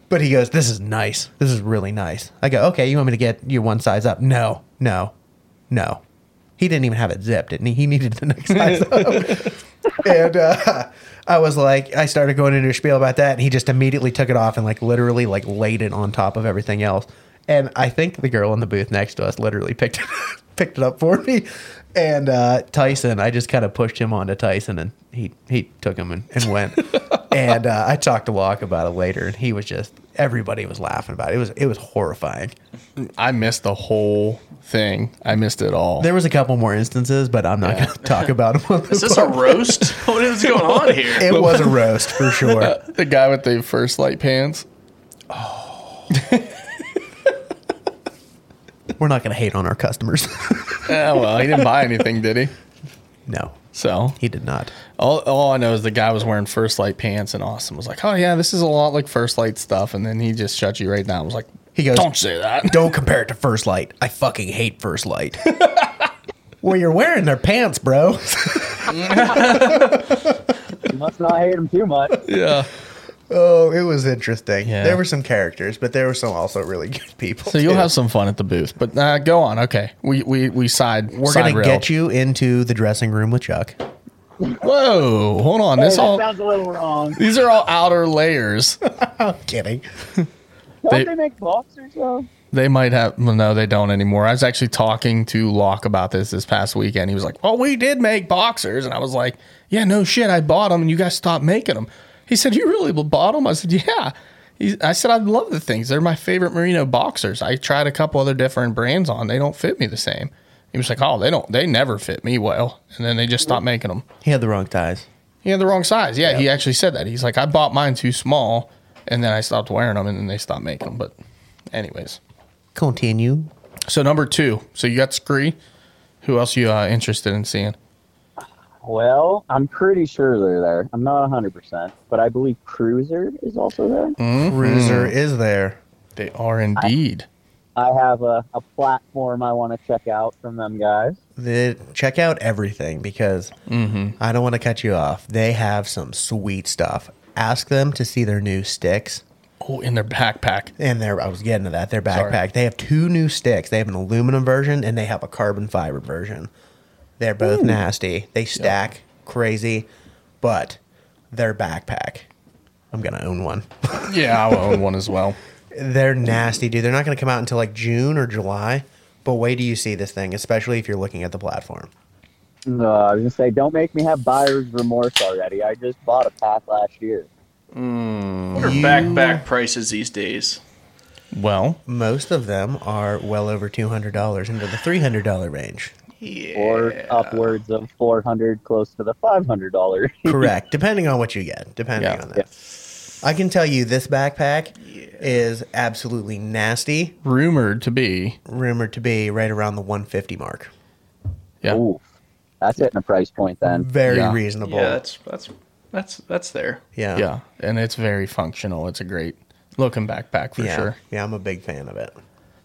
S3: but he goes, this is nice. This is really nice. I go, okay, you want me to get you one size up? No, no, no. He didn't even have it zipped, didn't he? He needed the next size up. and uh, I was like, I started going into a spiel about that, and he just immediately took it off and like literally like laid it on top of everything else. And I think the girl in the booth next to us literally picked it, picked it up for me. And uh, Tyson, I just kind of pushed him onto Tyson, and he he took him and, and went. and uh, I talked to Locke about it later, and he was just everybody was laughing about it. It was it was horrifying.
S4: I missed the whole thing. I missed it all.
S3: There was a couple more instances, but I'm not going to talk about them. On
S5: Is this a roast? what is going on here?
S3: it was a roast for sure.
S4: the guy with the first light pants.
S3: We're not going to hate on our customers.
S4: Yeah, Eh, well, he didn't buy anything, did he?
S3: no,
S4: So
S3: he did not.
S4: all, all I know is the guy was wearing first light pants, and Austin was like, "Oh yeah, this is a lot like first light stuff." And then he just shut you right down. I was like,
S3: He goes,
S4: "Don't say that."
S3: Don't compare it to First Light. I fucking hate First Light. well, you're wearing their pants, bro.
S6: You must not hate him too much.
S4: Yeah.
S3: oh, it was interesting.
S4: Yeah.
S3: There were some characters, but there were some also really good people.
S4: So you'll
S3: too.
S4: have some fun at the booth, but uh, go on. Okay, we we we side.
S3: We're
S4: side
S3: gonna get you into the dressing room with Chuck.
S4: Whoa, hold on. This
S5: Oh,
S6: Hey, that
S4: all
S6: sounds a little wrong.
S4: these are all outer layers.
S3: Kidding.
S6: Don't
S4: They-
S6: they, make boxers though?
S4: They might have. Well, no, they don't anymore. I was actually talking to Locke about this this past weekend. He was like, "Well, we did make boxers," and I was like, "Yeah, no shit, I bought them, and you guys stopped making them." He said, "You really bought them?" I said, "Yeah." He, I said, "I love the things. They're my favorite merino boxers. I tried a couple other different brands on. They don't fit me the same." He was like, "Oh, they don't. They never fit me well." And then they just stopped making them.
S3: He had the wrong ties.
S4: He had the wrong size. Yeah, he actually said that. He's like, "I bought mine too small, and then I stopped wearing them, and then they stopped making them." But, anyways.
S3: Continue.
S4: So number two. So you got Scree. Who else you uh, interested in seeing?
S6: Well, I'm pretty sure they're there. I'm not 100%, but I believe Cruiser is also there.
S3: Mm-hmm. Cruiser is there.
S4: They are indeed.
S6: I have a, a platform I want to check out from them guys.
S3: The, check out everything because I don't want to cut you off. They have some sweet stuff. Ask them to see their new sticks.
S4: oh, in their backpack.
S3: and their I was getting to that their
S4: Sorry.
S3: backpack. They have two new sticks. They have an aluminum version and they have a carbon fiber version. They're both nasty. They stack crazy, but their backpack. I'm gonna own one.
S4: Yeah, I will own one as well.
S3: They're nasty, dude. They're not gonna come out until like June or July. But wait till you see this thing, especially if you're looking at the platform.
S6: No, I was gonna say, don't make me have buyer's remorse already. I just bought a pack last year.
S5: What are backpack prices these days?
S4: Well,
S3: Most of them are well over two hundred dollars into the three hundred dollar range.
S5: or upwards of 400 close to the $500
S3: Correct, depending on what you get. Depending
S4: Yeah.
S3: on that, I can tell you this backpack is absolutely nasty.
S4: rumored to be.
S3: Rumored to be right around the one fifty mark.
S4: Yeah.
S5: Ooh, that's hitting a price point then
S3: Very
S4: Yeah.
S3: reasonable.
S7: Yeah, that's that's that's that's there.
S3: yeah.
S4: Yeah. And it's very functional. It's a great looking backpack for
S3: yeah.
S4: sure.
S3: Yeah, I'm a big fan of it.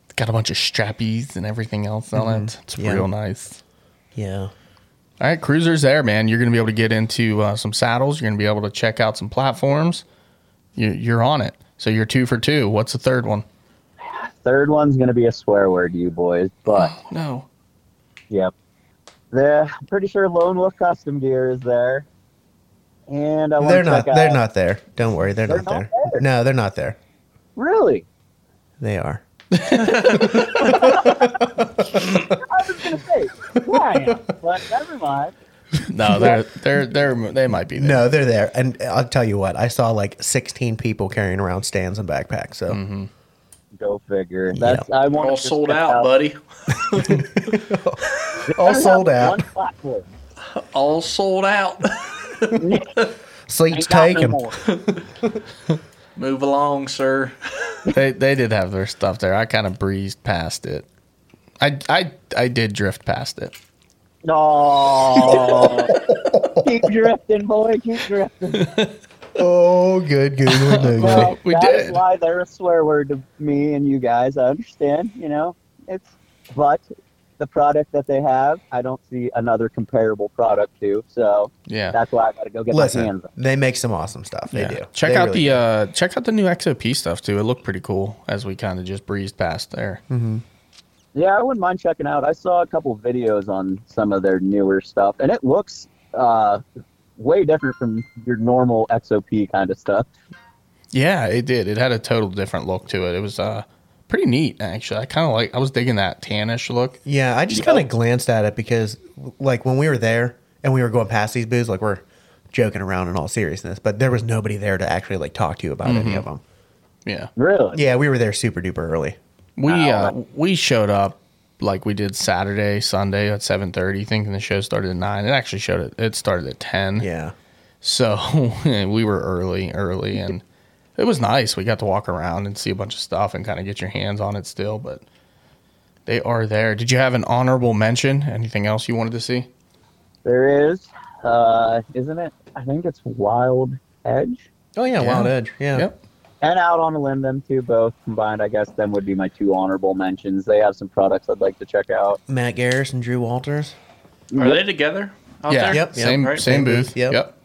S4: It's got a bunch of strappies and everything else on it. It's
S3: Mm-hmm. Yeah.
S4: real nice.
S3: Yeah.
S4: All right, cruisers there, man. You're going to be able to get into uh, some saddles. You're going to be able to check out some platforms. You, you're on it. So you're two for two. What's the third one?
S5: third one's going to be a swear word to you boys but
S4: No.
S5: Yep. The, I'm pretty sure Lone Wolf Custom Gear is there. And I want
S3: They're
S5: to
S3: not.
S5: check
S4: uh,
S5: out-
S3: They're not there. Don't worry. They're,
S5: They're
S3: not,
S5: not
S3: there.
S5: there.
S3: No, they're not there.
S5: Really?
S3: They are.
S5: I was going to say, Ryan, but never mind.
S4: No, they're, they're, they're, they might be there.
S3: No, they're there. And I'll tell you what. I saw like 16 people carrying around stands and backpacks.
S4: Mm.
S3: So
S5: Go figure. That's I want
S7: All sold out, buddy.
S3: all sold
S5: One
S3: out.
S5: platform.
S7: All sold out.
S3: Seats
S5: Ain't got no
S3: taken.
S5: more.
S7: Move along, sir.
S4: they they did have their stuff there. I kind of breezed past it. I, I I did drift past it.
S5: No. keep drifting, boy. Keep drifting.
S3: Oh, good Google Doodle.
S5: Well,
S4: We
S5: that is
S4: did.
S5: why they're a swear word to me and you guys. I understand. You know, it's but the product that they have, I don't see another comparable product to. So
S4: Yeah.
S5: That's why I got to go get my
S3: Listen,
S5: hands. on it.
S3: they make some awesome stuff. They
S4: yeah.
S3: do.
S4: Check
S3: They
S4: out
S3: really
S4: the
S3: do.
S4: uh check out the new XOP stuff too. It looked pretty cool as we kind of just breezed past there.
S3: Mm-hmm.
S5: Yeah, I wouldn't mind checking out. I saw a couple videos on some of their newer stuff, and it looks uh, way different from your normal XOP kind of stuff.
S4: Yeah, it did. It had a total different look to it. It was uh pretty neat actually. I kind of like I was digging that tannish look.
S3: Yeah, I just kind of glanced at it because, like, when we were there and we were going past these booths, like, we're joking around in all seriousness, but there was nobody there to actually, like, talk to you about
S4: Mm-hmm.
S3: any of them.
S4: Yeah.
S5: Really?
S3: Yeah, we were there super duper early.
S4: We uh we showed up like we did Saturday, Sunday at 7:30 thinking the show started at 9. It actually showed it it started at 10.
S3: Yeah.
S4: So we were early, early, and it was nice. We got to walk around and see a bunch of stuff and kind of get your hands on it still, but they are there. Did you have an honorable mention? Anything else you wanted to see?
S5: There is, uh, isn't it? I think it's Wild Edge.
S3: Oh, yeah, Wild Edge. Yeah.
S4: Yep.
S5: And out on a limb, them two both combined, I guess, them would be my two honorable mentions. They have some products I'd like to check out.
S3: Matt Garris and Drew Walters.
S7: Are they together? Out
S4: yeah.
S7: There?
S3: Yep.
S4: Same
S7: Right.
S4: same booth.
S3: Yep.
S4: Yep.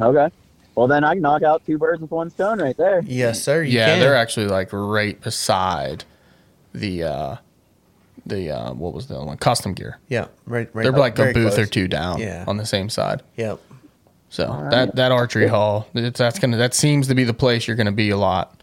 S5: Okay. Well, then I can knock out two birds with one stone right there.
S3: Yes, sir. You
S4: Yeah,
S3: can.
S4: they're actually like right beside the uh the uh what was the other one? Custom gear.
S3: Yeah, right. right
S4: They're like a
S3: very
S4: booth or
S3: close.
S4: two down
S3: Yeah.
S4: on the same side.
S3: Yep.
S4: So that that archery hall, it's, that's gonna that seems to be the place you're gonna be a lot.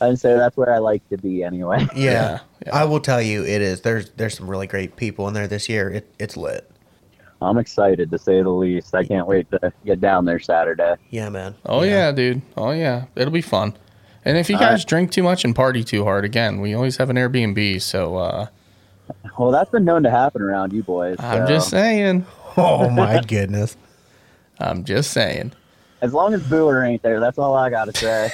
S5: I'd say that's where I like to be anyway.
S3: Yeah.
S4: Yeah, yeah.
S3: I will tell you, it is. There's there's some really great people in there this year. It, it's lit.
S5: I'm excited to say the least. I can't wait to get down there Saturday.
S3: Yeah, man.
S4: Oh yeah. dude. Oh yeah, it'll be fun. And if you guys drink too much and party too hard, again, we always have an Airbnb. So uh,
S5: Well, that's been known to happen around you boys.
S4: I'm
S5: so
S4: just saying.
S3: Oh my goodness.
S4: I'm just saying.
S5: as long as Booer ain't there, that's all I gotta say.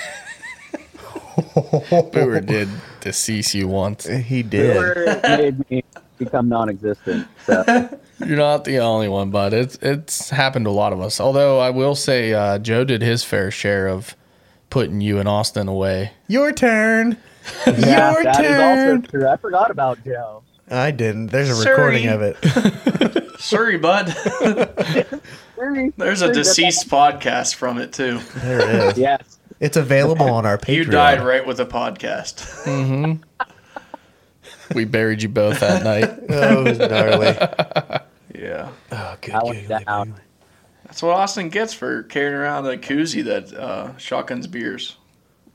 S4: Brewer did decease you once.
S3: He did.
S5: Booer made me become non-existent. So
S4: You're not the only one, but it's it's happened to a lot of us. Although I will say, uh, Joe did his fair share of putting you and Austin away.
S3: Your turn.
S5: yeah,
S3: Your
S5: that is
S3: turn.
S5: also true. I forgot about Joe.
S3: I didn't. There's a
S7: Sorry.
S3: recording of it.
S7: Sorry, bud.
S5: Sorry.
S7: There's a
S5: Sorry,
S7: deceased podcast from it too.
S3: There it is.
S5: Yes.
S3: It's available on our Patreon.
S7: You died right with the podcast.
S4: Mm-hmm. We buried you both that night.
S3: Oh, it was gnarly.
S7: yeah.
S3: Oh, good
S5: I went
S3: googly
S5: down.
S3: poogly.
S7: That's what Austin gets for carrying around a koozie that uh, shotguns beers.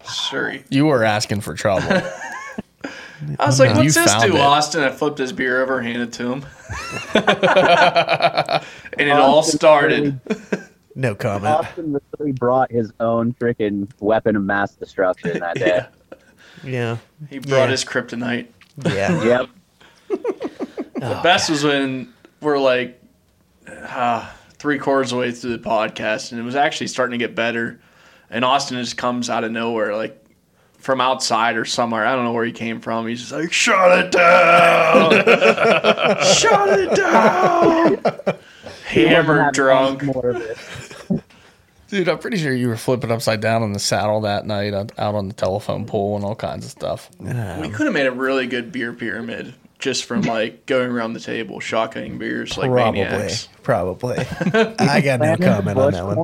S7: Sorry.
S4: You were asking for trouble.
S7: I was like,
S4: no.
S7: what's
S4: You
S7: this
S4: found
S7: do,
S4: it.
S7: Austin? I flipped his beer over, handed it to him. and it all started.
S3: No
S5: Uh,
S3: comment.
S5: Austin literally brought his own freaking weapon of mass destruction that day.
S3: Yeah.
S5: He brought
S3: Yeah.
S5: his kryptonite.
S3: Yeah.
S8: Yep.
S5: The best was when we're like uh, three quarters of the way through the podcast, and it was actually starting to get better. And Austin just comes out of nowhere, like from outside or somewhere. I don't know where he came from. He's just like, "Shut it down! Shut it down!" Hammered drunk.
S8: More of it.
S4: Dude, I'm pretty sure you were flipping upside down on the saddle that night out out on the telephone pole and all kinds of stuff.
S5: We could have made a really good beer pyramid just from like going around the table, shotgunning beers like
S3: Probably.
S5: maniacs.
S3: Probably. I got no comment on that one.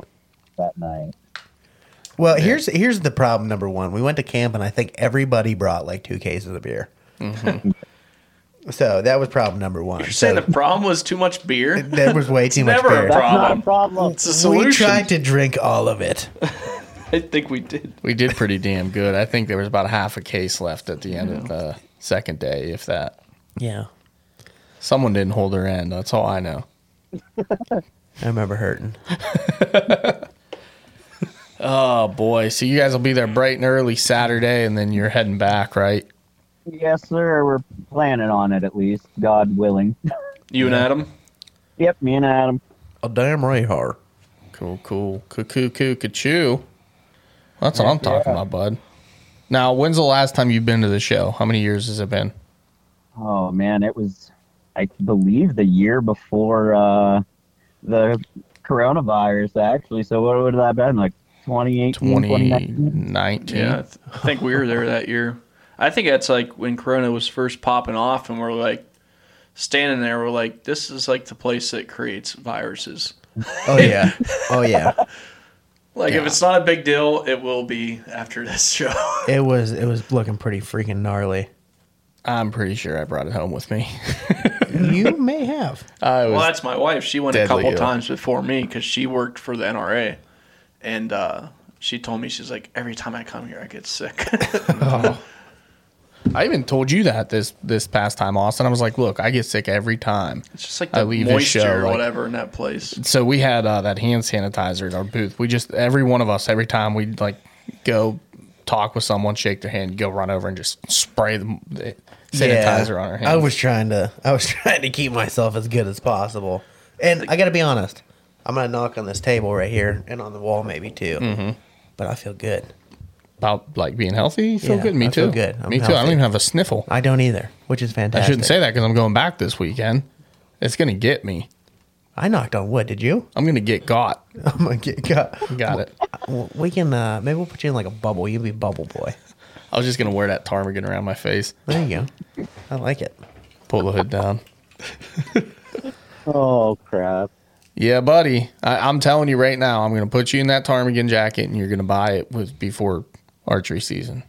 S8: That night.
S3: Well, here's here's the problem number one. We went to camp and I think everybody brought like two cases of beer. so that was problem number one.
S5: Mm-hmm. You're
S3: so
S5: saying the problem was too much beer?
S3: there was way too much
S5: never a
S3: beer.
S5: problem.
S8: That's not a problem.
S5: It's a solution.
S3: We tried to drink all of it.
S5: I think we did.
S4: We did pretty damn good. I think there was about half a case left at the end of the second day, if that.
S3: Yeah.
S4: Someone didn't hold their end. That's all I know.
S3: I remember hurting.
S4: Oh boy! So you guys will be there bright and early Saturday, and then you're heading back, right?
S8: Yes, sir. We're planning on it at least, God willing.
S5: You and Adam?
S8: Yep, me and Adam.
S3: Oh damn right hard.
S4: Cool, cool, cuckoo, coo, cachoo. That's what I'm talking about, bud. Now, when's the last time you've been to the show? How many years has it been?
S8: Oh man, it was I believe the year before uh, the coronavirus actually. So what would that have been? Like 2018, 2019?
S4: 2019.
S5: Yeah, I, th- I think we were there that year. I think that's like when Corona was first popping off, and we're like standing there. We're like, this is like the place that creates viruses.
S3: Oh yeah. Oh yeah.
S5: Like if it's not a big deal, it will be after this show.
S3: It was it was looking pretty freaking gnarly.
S4: I'm pretty sure I brought it home with me.
S3: You may have.
S4: I was
S5: well, that's my wife. She went a
S4: Deadly
S5: couple
S4: ill.
S5: times before me because she worked for the NRA, and uh, she told me she's like, every time I come here, I get sick.
S4: I even told you that this this past time, Austin. I was like, look, I get sick every time.
S5: it's just like
S4: I
S5: the
S4: leave this
S5: moisture
S4: show,
S5: or
S4: like-
S5: whatever in that place.
S4: So we had uh, that hand sanitizer in our booth. We just every one of us every time we like go talk with someone, shake their hand, go run over and just spray them the sanitizer on our hands.
S3: I was trying to I was trying to keep myself as good as possible. And I got to be honest. I'm going to knock on this table right here and on the wall maybe too.
S4: Mm-hmm.
S3: But I feel good.
S4: about like being healthy. You Feel
S3: Yeah,
S4: good. Me
S3: I
S4: too.
S3: feel good. I'm
S4: me too. I don't
S3: healthy.
S4: even have a sniffle.
S3: I don't either, which is
S4: I
S3: fantastic.
S4: shouldn't say that because I'm going back this weekend. It's gonna get me.
S3: I knocked on wood, did you? Oh
S4: I'm gonna get got.
S3: I'm going to get got.
S4: Got it.
S3: Well, We can uh maybe we'll put you in like a bubble. You'll be bubble boy.
S4: I was just gonna wear that ptarmigan around my face.
S3: There you go. I like it.
S4: Pull the hood down.
S8: Oh crap.
S4: Yeah, buddy. I, I'm telling you right now, I'm gonna put you in that ptarmigan jacket, and you're gonna buy it with before archery season.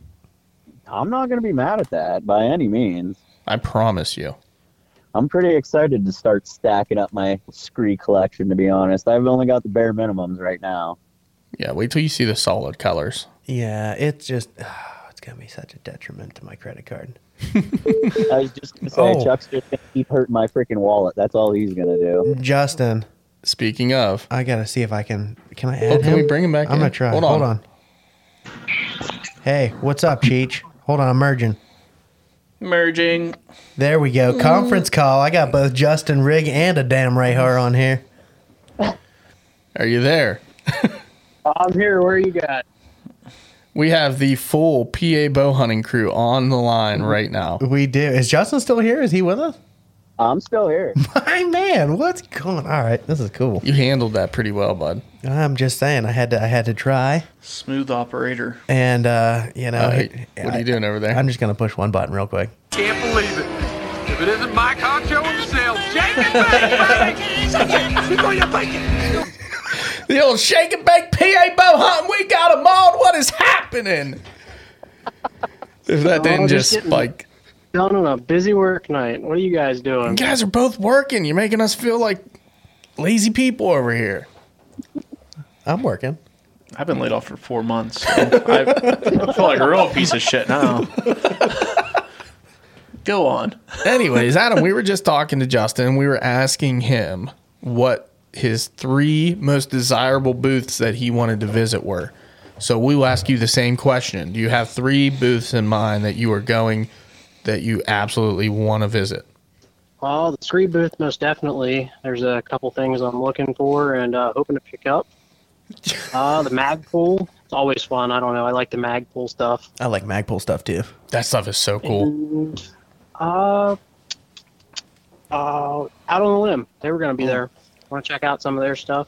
S8: I'm not going to be mad at that by any means.
S4: I promise you.
S8: I'm pretty excited to start stacking up my Scree collection, to be honest. I've only got the bare minimums right now.
S4: Yeah, wait till you see the solid colors.
S3: Yeah, it's just it's going to be such a detriment to my credit card.
S8: I was just going to say,
S3: Oh.
S8: Chuck's just going to keep hurting my freaking wallet. That's all he's going to do.
S3: Justin,
S4: Speaking of,
S3: I got to see if I can can I add
S4: oh, can
S3: him?
S4: we bring him back?
S3: I'm
S4: in?
S3: gonna try.
S4: Hold on.
S3: Hold on. Hey, what's up, Cheech? Hold on, I'm merging.
S5: Merging.
S3: There we go. Conference call. I got both Justin Rigg and a damn Ray Har on here.
S4: Are you there?
S8: I'm here. Where you got?
S4: We have the full PA bow hunting crew on the line right now.
S3: We do. Is Justin still here? Is he with us?
S8: I'm still here.
S3: My man, what's going? All right, this is cool.
S4: You handled that pretty well, bud.
S3: I'm just saying, I had to, I had to try,
S5: Smooth operator.
S3: and uh, you know,
S4: Uh,
S3: it-
S4: hey, what are you doing over there?
S3: I'm just gonna push one button real quick.
S9: Can't believe it. If it isn't Mike Honcho himself, shake it, baby! Shake it! Before you bake it!
S4: the old shake and bake PA bow hunting. We got them all. What is happening? if that didn't just,
S10: just getting-
S4: like,
S10: Down on a busy work night. What are you guys doing?
S4: you guys are both working. You're making us feel like lazy people over here.
S3: I'm working.
S5: I've been laid off for four months. So I, I feel like a real piece of shit now. Go on.
S4: Anyways, Adam, we were just talking to Justin. We were asking him what his three most desirable booths that he wanted to visit were. So we will ask you the same question. Do you have three booths in mind that you are going that you absolutely want to visit?
S5: Well, the three booth most definitely. There's a couple things I'm looking for and uh, hoping to pick up. Uh, the mag pool. It's always fun. I don't know. I like the mag pool stuff.
S3: I like Magpul stuff too.
S4: That stuff is so cool.
S5: And, uh, uh, out on a limb. They were going to
S11: Hmm.
S5: be there. Want to check out some of their stuff?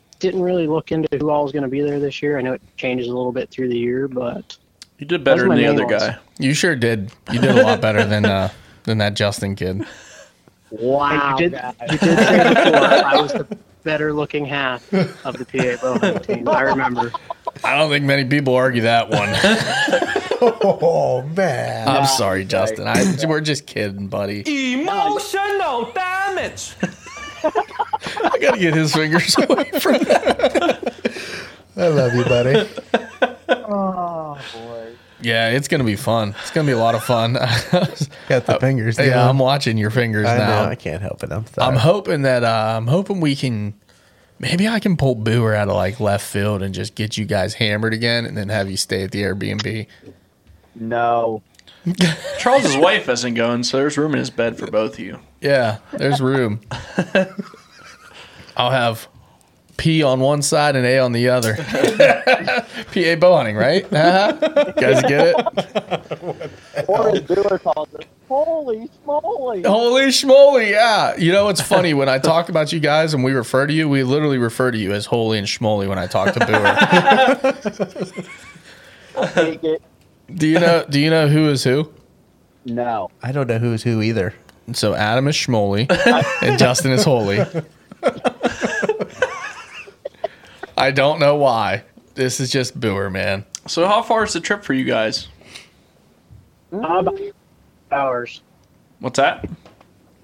S5: didn't really look into who all was going to be there this year. I know it changes a little bit through the year, but
S7: You did better
S5: Those are
S7: than the
S5: my
S7: other
S5: main ones.
S7: guy.
S4: You sure did. You did a lot better than uh, than that Justin kid.
S5: wow, you did, you did say before I was the better looking half of the PA Bow team. I remember.
S4: I don't think many people argue that one.
S3: oh man.
S4: I'm sorry, Justin. I, we're just kidding, buddy.
S12: Emotional damage.
S4: I gotta get his fingers away from
S3: I love you, buddy.
S12: Oh boy.
S4: Yeah, it's gonna be fun. It's gonna be a lot of fun.
S3: Got
S4: Oh,
S3: the fingers.
S4: yeah,
S3: down.
S4: I'm watching your fingers
S3: I
S4: now.
S3: know. I can't help it. I'm
S4: I'm
S3: sorry.
S4: hoping that uh, I'm hoping we can maybe I can pull Booer out of like left field and just get you guys hammered again, and then have you stay at the Airbnb.
S13: No.
S7: Charles's wife isn't going, so there's room in his bed for both of you.
S4: Yeah, there's room. I'll have P on one side and A on the other. PA bowhunting, right? Uh-huh. Guys get it?
S14: Or as Brewer calls it, holy smoly.
S3: Oh.
S4: Holy schmoly, yeah. You know what's funny when I talk about you guys and we refer to you, we literally refer to you as holy and schmoly when I talk to Booer.
S13: Take it.
S4: do you know do you know who is who?
S13: No.
S3: I don't know who's who either.
S4: So Adam is schmoly and Justin is holy. I don't know why. This is just Booer, man.
S7: So how far is the trip for you guys?
S5: Uh, about hours,
S7: What's that?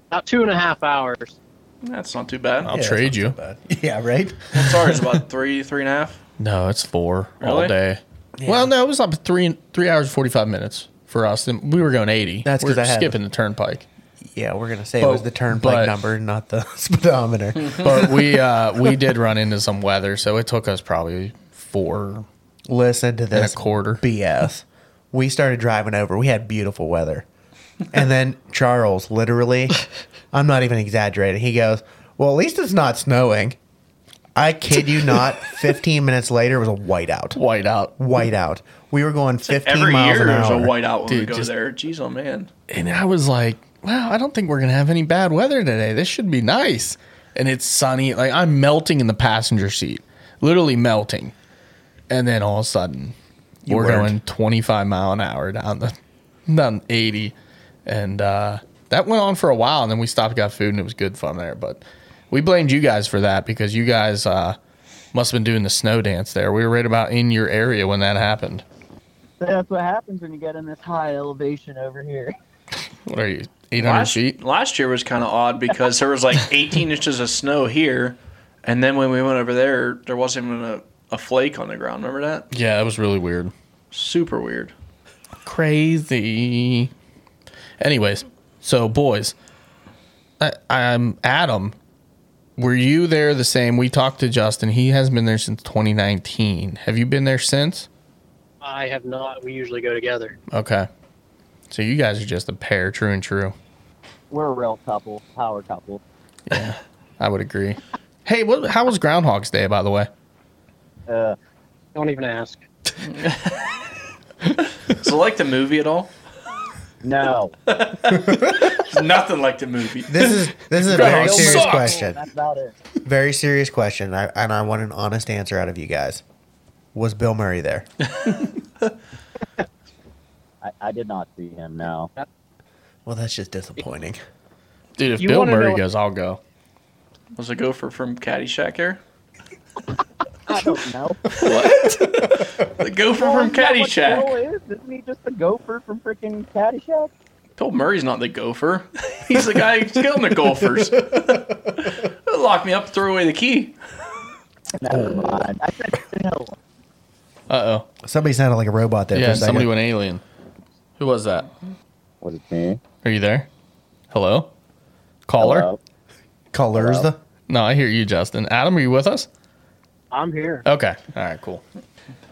S5: about two and a half hours.
S7: That's not too bad.
S4: I'll trade you.
S3: Yeah, right?
S7: What's ours? About three, three and a half.
S4: No, it's four all
S7: Really?
S4: day. Well, no, it was up three three hours forty five minutes for us. And we were going eighty.
S3: That's
S4: We're
S3: 'cause I had-
S4: skipping the turnpike.
S3: Yeah, we're gonna say it
S4: But-
S3: was the turnpike
S4: but-
S3: number, not the speedometer.
S4: but we uh, we did run into some weather, so it took us probably four.
S3: Listen to this
S4: quarter.
S3: BS. We started driving over. We had beautiful weather, and then Charles, literally, I'm not even exaggerating. He goes, "Well, at least it's not snowing." I kid you not. 15 minutes later, it was a whiteout.
S4: whiteout.
S3: Whiteout. We were going 15
S7: Every
S3: miles
S7: year
S3: an
S7: there's a
S3: hour.
S7: whiteout when we
S4: Dude,
S7: go
S4: just-
S7: there. Jeez, oh man.
S4: And I was like, wow, I don't think we're gonna have any bad weather today. This should be nice. And it's sunny. Like I'm melting in the passenger seat, literally melting. And then all of a sudden, we're
S3: weren't.
S4: going 25 mile an hour down the down 80, and uh, that went on for a while. And then we stopped, got food, and it was good fun there. But we blamed you guys for that because you guys uh, must have been doing the snow dance there. We were right about in your area when that happened.
S13: That's what happens when you get in this high elevation over here.
S4: What are you? 800
S7: Last,
S4: feet.
S7: last year was kind of odd because there was like 18 inches of snow here, and then when we went over there, there wasn't even a, a flake on the ground. Remember that?
S4: Yeah, that was really weird.
S7: Super weird.
S4: crazy. Anyways, so boys, I, I'm Adam. Were you there the same? We talked to Justin. He hasn't been there since 2019. Have you been there since?
S5: I have not. We usually go together.
S4: Okay. So you guys are just a pair, true and true.
S13: We're a real couple, power couple.
S4: I would agree. Hey, what, how was Groundhog's Day, by the way?
S13: Uh,
S5: Don't even ask.
S7: Is it like the movie at all?
S5: No.
S7: It's nothing like the movie.
S3: This is this is a
S7: Grandma
S3: very serious
S7: sucks.
S3: question. Very serious question, I, and I want an honest answer out of you guys. Was Bill Murray there?
S5: I, I did not see him. No.
S3: Well, that's just disappointing.
S4: Dude, if
S7: You
S4: Bill
S7: wanna
S4: Murray
S7: know-
S4: goes, I'll go.
S7: Was a gopher from Caddyshack here?
S5: I don't know.
S7: What? the gopher from Caddyshack.
S5: Isn't he just the gopher from freaking Caddyshack?
S7: Bill Murray's not the gopher. He's the guy who's killing the gophers. Lock me up, throw away the key.
S5: Never mind. I said no.
S4: Uh oh.
S3: Somebody sounded like a robot there. for
S4: Yeah,
S3: a second.
S4: somebody went alien. Who was that?
S5: Was it me?
S4: Are you there? Hello? Caller?
S3: Callers the
S4: No, I hear you, Justin. Adam, are you with us?
S15: I'm here.
S4: Okay. All right, cool.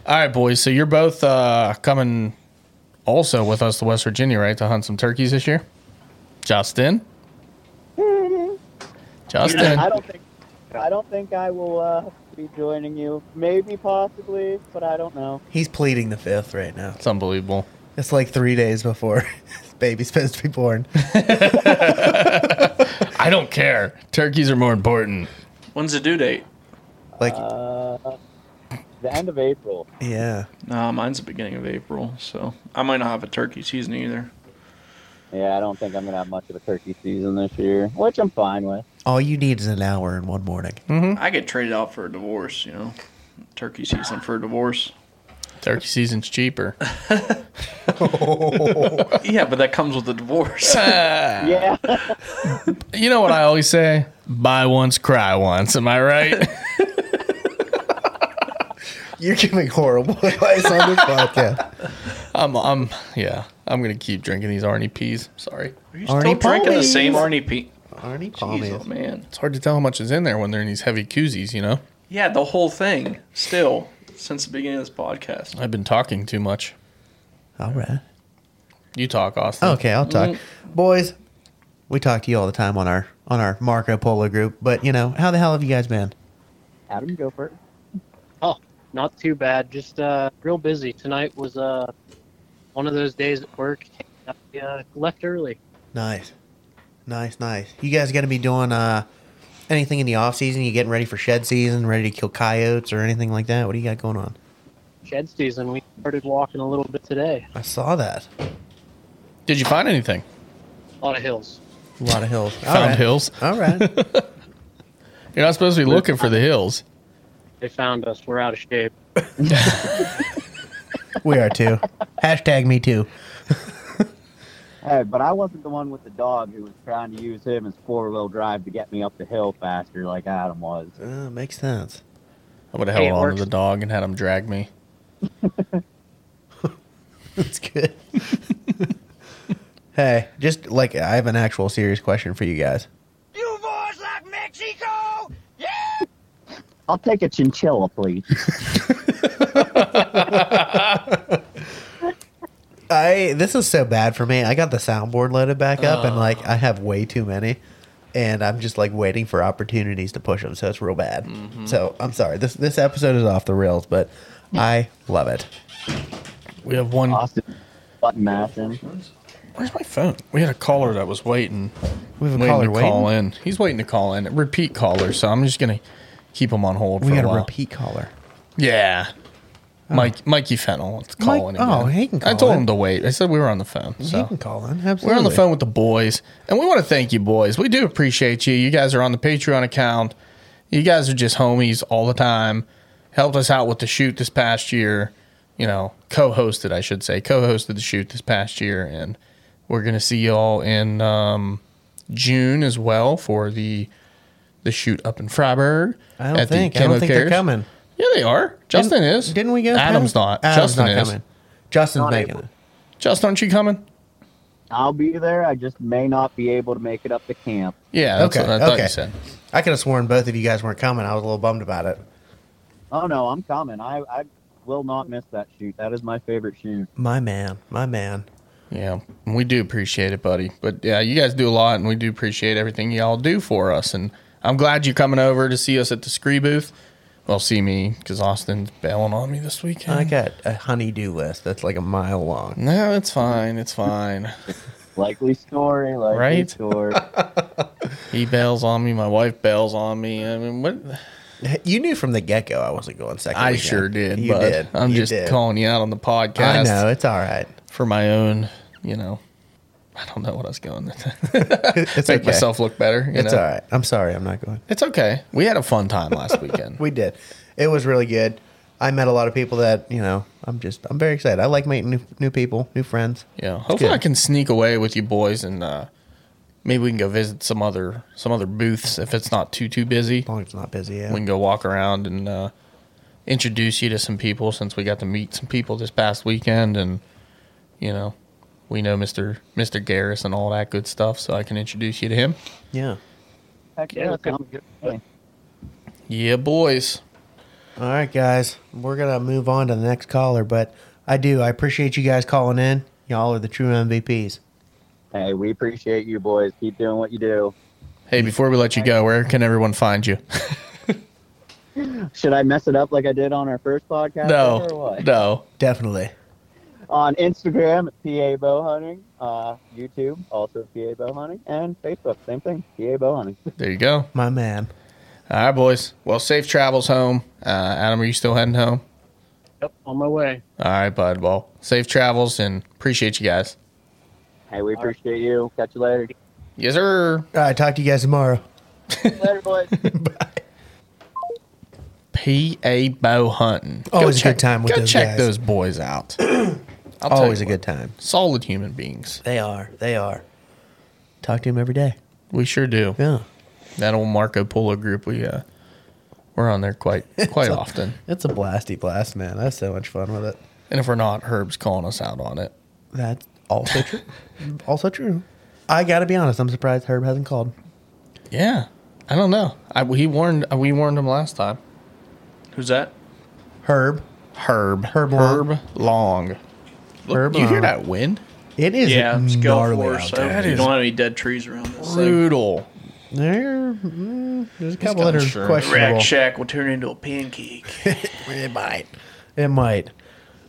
S4: All right, boys. So you're both uh, coming also with us to West Virginia, right, to hunt some turkeys this year? Justin? Justin?
S5: I don't think. I don't think I will uh, be joining you. Maybe, possibly, but I don't know.
S3: He's pleading the fifth right now. It's
S4: unbelievable.
S3: It's like three days before his baby's supposed to be born.
S4: I don't care. Turkeys are more important.
S7: When's the due date?
S3: Like
S5: Uh, the end of April.
S3: Yeah.
S7: No, mine's the beginning of April, so I might not have a turkey season either.
S5: Yeah, I don't think I'm gonna have much of a turkey season this year, which I'm fine with.
S3: All you need is an hour in one morning.
S7: I get traded out for a divorce, you know. Turkey season for a divorce.
S4: Turkey season's cheaper.
S7: yeah, but that comes with a divorce.
S4: Yeah. You know what I always say? Buy once, cry once. Am I right?
S3: You're giving horrible advice on this podcast.
S4: I'm, I'm, yeah. I'm gonna keep drinking these Arnie peas. Sorry.
S7: Are you still Arnie drinking the Palmies. same Arnie pea?
S3: Arnie
S7: Jeez, oh, man.
S4: It's hard to tell how much is in there when they're in these heavy koozies. You know.
S7: Yeah, the whole thing. Still, since the beginning of this podcast.
S4: I've been talking too much.
S3: All right.
S4: You talk, Austin.
S3: Okay, I'll talk.
S4: Mm.
S3: Boys, we talk to you all the time on our on our Marco Polo group, but you know, how the hell have you guys been?
S5: Adam, go for it.
S15: Oh, not too bad. Just uh, real busy. Tonight was uh, one of those days at work. I uh, left early.
S3: Nice. Nice, nice. You guys gonna be doing uh anything in the off season? You getting ready for shed season, ready to kill coyotes or anything like that? What do you got going on?
S15: Shed season. We started walking a little bit today.
S3: I saw that.
S4: Did you find anything?
S15: A lot of hills.
S3: A lot of hills. All
S4: Found
S3: right.
S4: hills.
S3: All right.
S4: You're not supposed to be looking for the hills.
S15: They found us. We're out of shape.
S3: We are too. Hashtag me too.
S5: Hey, but I wasn't the one with the dog who was trying to use him as four wheel drive to get me up the hill faster, like Adam was.
S3: Uh, makes sense.
S4: I would have
S5: Hey,
S4: held
S5: it
S4: on to
S5: works.
S4: the dog and had him drag me.
S3: That's good. hey, just like I have an actual serious question for you guys.
S5: I'll take a chinchilla, please.
S3: I this is so bad for me. I got the soundboard loaded back up, and like I have way too many, and I'm just like waiting for opportunities to push them. So it's real bad. So I'm sorry. This this episode is off the rails, but I love it.
S4: We have one.
S5: Austin, button mashing.
S4: Where's my phone? We had a caller that was waiting.
S3: We have a
S4: waiting
S3: caller
S4: to call in. He's waiting to call in. Repeat caller. So I'm just gonna keep him on hold.
S3: We
S4: for
S3: got a
S4: a while.
S3: repeat caller.
S4: Yeah. Mike Mikey Fennel wants to call
S3: Mike-
S4: in. Again.
S3: oh, he can
S4: I
S3: call
S4: told
S3: in.
S4: him to wait. I said we were on the phone. So
S3: You can call in. Absolutely.
S4: we're on the phone with the boys, and we want to thank you, boys. We do appreciate you. You guys are on the Patreon account. You guys are just homies all the time. Helped us out with the shoot this past year. You know, co-hosted, I should say, co-hosted the shoot this past year, and we're gonna see y'all in um, June as well for the the shoot up in Freiburg.
S3: I don't think. I don't think they're coming.
S4: Yeah, they are. Justin is.
S3: Didn't we go?
S4: Adam's
S3: past-
S4: not.
S3: Adam's
S4: Justin
S3: not
S4: is.
S3: coming. Justin's
S5: Not
S3: making
S5: able.
S3: it.
S4: Justin, aren't you coming?
S5: I'll be there. I just may not be able to make it up to camp.
S4: Yeah, that's
S3: okay.
S4: what I thought
S3: okay.
S4: you said.
S3: I could have sworn both of you guys weren't coming. I was a little bummed about it.
S5: Oh no, I'm coming. I, I will not miss that shoot. That is my favorite shoot.
S3: My man. My man.
S4: Yeah, and we do appreciate it, buddy. But yeah, you guys do a lot, and we do appreciate everything y'all do for us. And I'm glad you're coming over to see us at the Scree booth. Well, see me because Austin's bailing on me this weekend.
S3: I got a honeydew list that's like a mile long.
S4: No, it's fine. It's fine.
S8: likely story. Likely
S4: Right?
S8: story.
S4: he bails on me. My wife bails on me. I mean, what?
S3: You knew from the get go I wasn't going second.
S4: I
S3: weekend.
S4: sure did.
S3: You
S4: bud.
S3: did.
S4: I'm
S3: You
S4: just
S3: did.
S4: calling you out on the podcast.
S3: I know it's all right.
S4: for my own. You know, I don't know what I was going. with.
S3: It's
S4: Make
S3: okay.
S4: myself look better. you
S3: It's
S4: know?
S3: all right. I'm sorry. I'm not going.
S4: It's okay. We had a fun time last weekend.
S3: We did. It was really good. I met a lot of people that you know. I'm just. I'm very excited. I like meeting new, new people, new friends.
S4: Yeah.
S3: It's
S4: Hopefully,
S3: good.
S4: I can sneak away with you boys, and uh, maybe we can go visit some other some other booths if it's not too too busy. As
S3: long as it's not busy, yeah.
S4: We can go walk around and uh, introduce you to some people since we got to meet some people this past weekend, and you know, we know Mister Mister Garris and all that good stuff. So I can introduce you to him.
S3: Yeah.
S8: Heck yeah, that sounds good. to me.
S4: Yeah, boys.
S3: All right, guys. We're gonna move on to the next caller, but I do. I appreciate you guys calling in. Y'all are the true MVPs.
S8: Hey, we appreciate you boys. Keep doing what you do.
S4: Hey, before we let you go, where can everyone find you?
S8: Should I mess it up like I did on our first podcast?
S4: No,
S8: Or what?
S4: no.
S3: Definitely.
S8: On Instagram, PA Bow Hunting. Uh, YouTube, also PA Bow Hunting. And Facebook, same thing, PA Bow Hunting.
S4: There you go.
S3: My man.
S4: All right, boys. Well, safe travels home. Uh, Adam, are you still heading home?
S10: Yep, on my way.
S4: All right, bud. Well, safe travels and appreciate you guys.
S8: Hey, we appreciate you. Catch you later.
S4: Yes, sir.
S3: All right. Talk to you guys tomorrow.
S8: later, boys.
S4: PA Bow Hunting.
S3: Always a
S4: check,
S3: good time with
S4: go
S3: those
S4: check
S3: guys.
S4: those boys out. I'll tell
S3: Always
S4: you
S3: a
S4: what,
S3: good time.
S4: Solid human beings.
S3: They are. They are. Talk to him every day.
S4: We sure do.
S3: Yeah.
S4: That old Marco Polo group. We uh, we're on there quite quite often.
S3: It's a blasty blast, man. I have so much fun with it.
S4: And if we're not, Herb's calling us out on it.
S3: That's also true. also true. I gotta be honest. I'm surprised Herb hasn't called.
S4: Yeah. I don't know. I, he warned. uh, We warned him last time.
S5: Who's that?
S3: Herb.
S4: Herb.
S3: Herb Long.
S4: Herb Long. Look,
S3: Herb
S4: you hear
S3: Long.
S4: that wind?
S3: It is
S5: yeah, scale
S3: gnarly
S5: force.
S3: out there.
S5: I hope
S4: That
S5: You
S4: is
S5: don't have any dead trees around this thing.
S4: Brutal.
S3: There, mm, there's a couple
S4: got
S3: that are
S4: insurance.
S3: questionable.
S5: Rack Shack will turn into a pancake.
S3: It might. It might.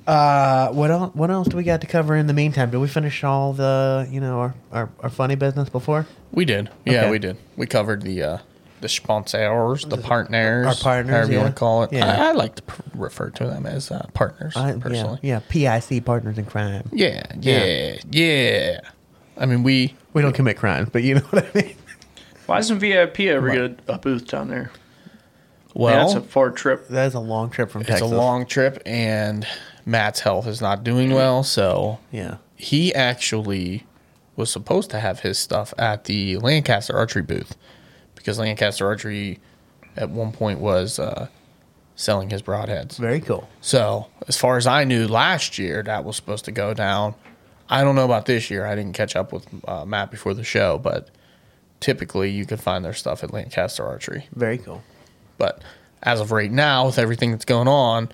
S3: Uh, what else? What else do we got to cover in the meantime? Did we finish all the you know our our, our funny business before
S4: We did. Yeah,
S3: Okay.
S4: we did. We covered the uh, the sponsors, the partners,
S3: our partners,
S4: however you
S3: yeah.
S4: want to call it.
S3: Yeah.
S4: I, I like to pr- refer to them as uh, partners
S3: I-
S4: personally.
S3: Yeah, yeah, PIC partners in crime.
S4: Yeah,
S3: Yeah.
S4: yeah, yeah, I mean, we
S3: We don't commit crimes, but you know what I mean.
S5: Why doesn't VIP ever get a, a booth down there?
S4: well,
S5: Man, that's a far trip.
S3: That is a long trip from
S4: it's
S3: Texas.
S4: a long trip, and Matt's health is not doing well, so
S3: yeah.
S4: he actually was supposed to have his stuff at the Lancaster Archery booth because Lancaster Archery at one point was uh, selling his broadheads.
S3: Very cool.
S4: So, as far as I knew last year, that was supposed to go down. I don't know about this year. I didn't catch up with uh, Matt before the show, but typically you can find their stuff at Lancaster Archery.
S3: Very cool.
S4: But as of right now, with everything that's going on,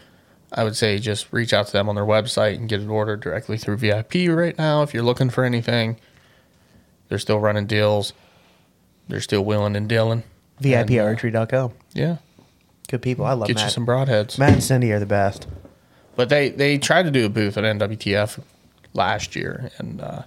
S4: I would say just reach out to them on their website and get it ordered directly through VIP right now if you're looking for anything. They're still running deals. They're still willing and dealing. uh,
S3: VIParchery.com.
S4: Yeah.
S3: Good people. I love
S4: Get you
S3: Matt.
S4: some broadheads.
S3: Matt and Cindy are the best.
S4: But they they tried to do a booth at NWTF last year, and uh,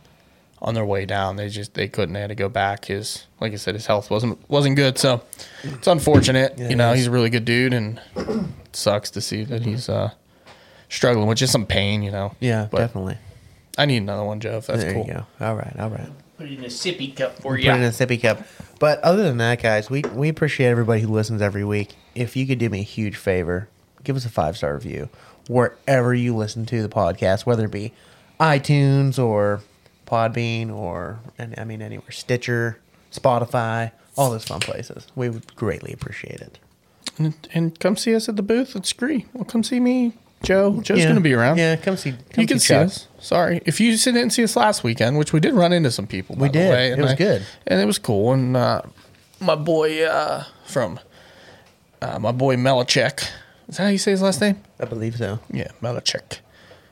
S4: on their way down, they just they couldn't. They had to go back. His like I said, his health wasn't wasn't good, so it's unfortunate.
S3: Yeah,
S4: you
S3: it
S4: know,
S3: is.
S4: he's a really good dude, and it sucks to see that he's uh, struggling with just some pain. You know.
S3: Yeah,
S4: But
S3: definitely.
S4: I need another one, Joe. If that's
S3: there
S4: cool.
S3: you go. All right. All right.
S5: Put it in a sippy cup for
S3: put it in a sippy cup. But other than that, guys, we, we appreciate everybody who listens every week. If you could do me a huge favor, give us a five star review wherever you listen to the podcast, whether it be iTunes or Podbean or and I mean anywhere Stitcher, Spotify, all those fun places. We would greatly appreciate it.
S4: And, and come see us at the booth at Scree. Well, come see me, Joe. Joe's
S3: Yeah.
S4: gonna be around.
S3: Yeah, come see. Come
S4: you can see
S3: Chuck.
S4: us. Sorry, if you didn't see us last weekend, which we did run into some people.
S3: We
S4: by the
S3: did.
S4: way,
S3: It
S4: and
S3: was
S4: I-
S3: good.
S4: and it was cool. And uh, my boy uh, from uh, my boy Melichek. Is that how you say his last name?
S3: I believe so.
S4: Yeah, Melichek.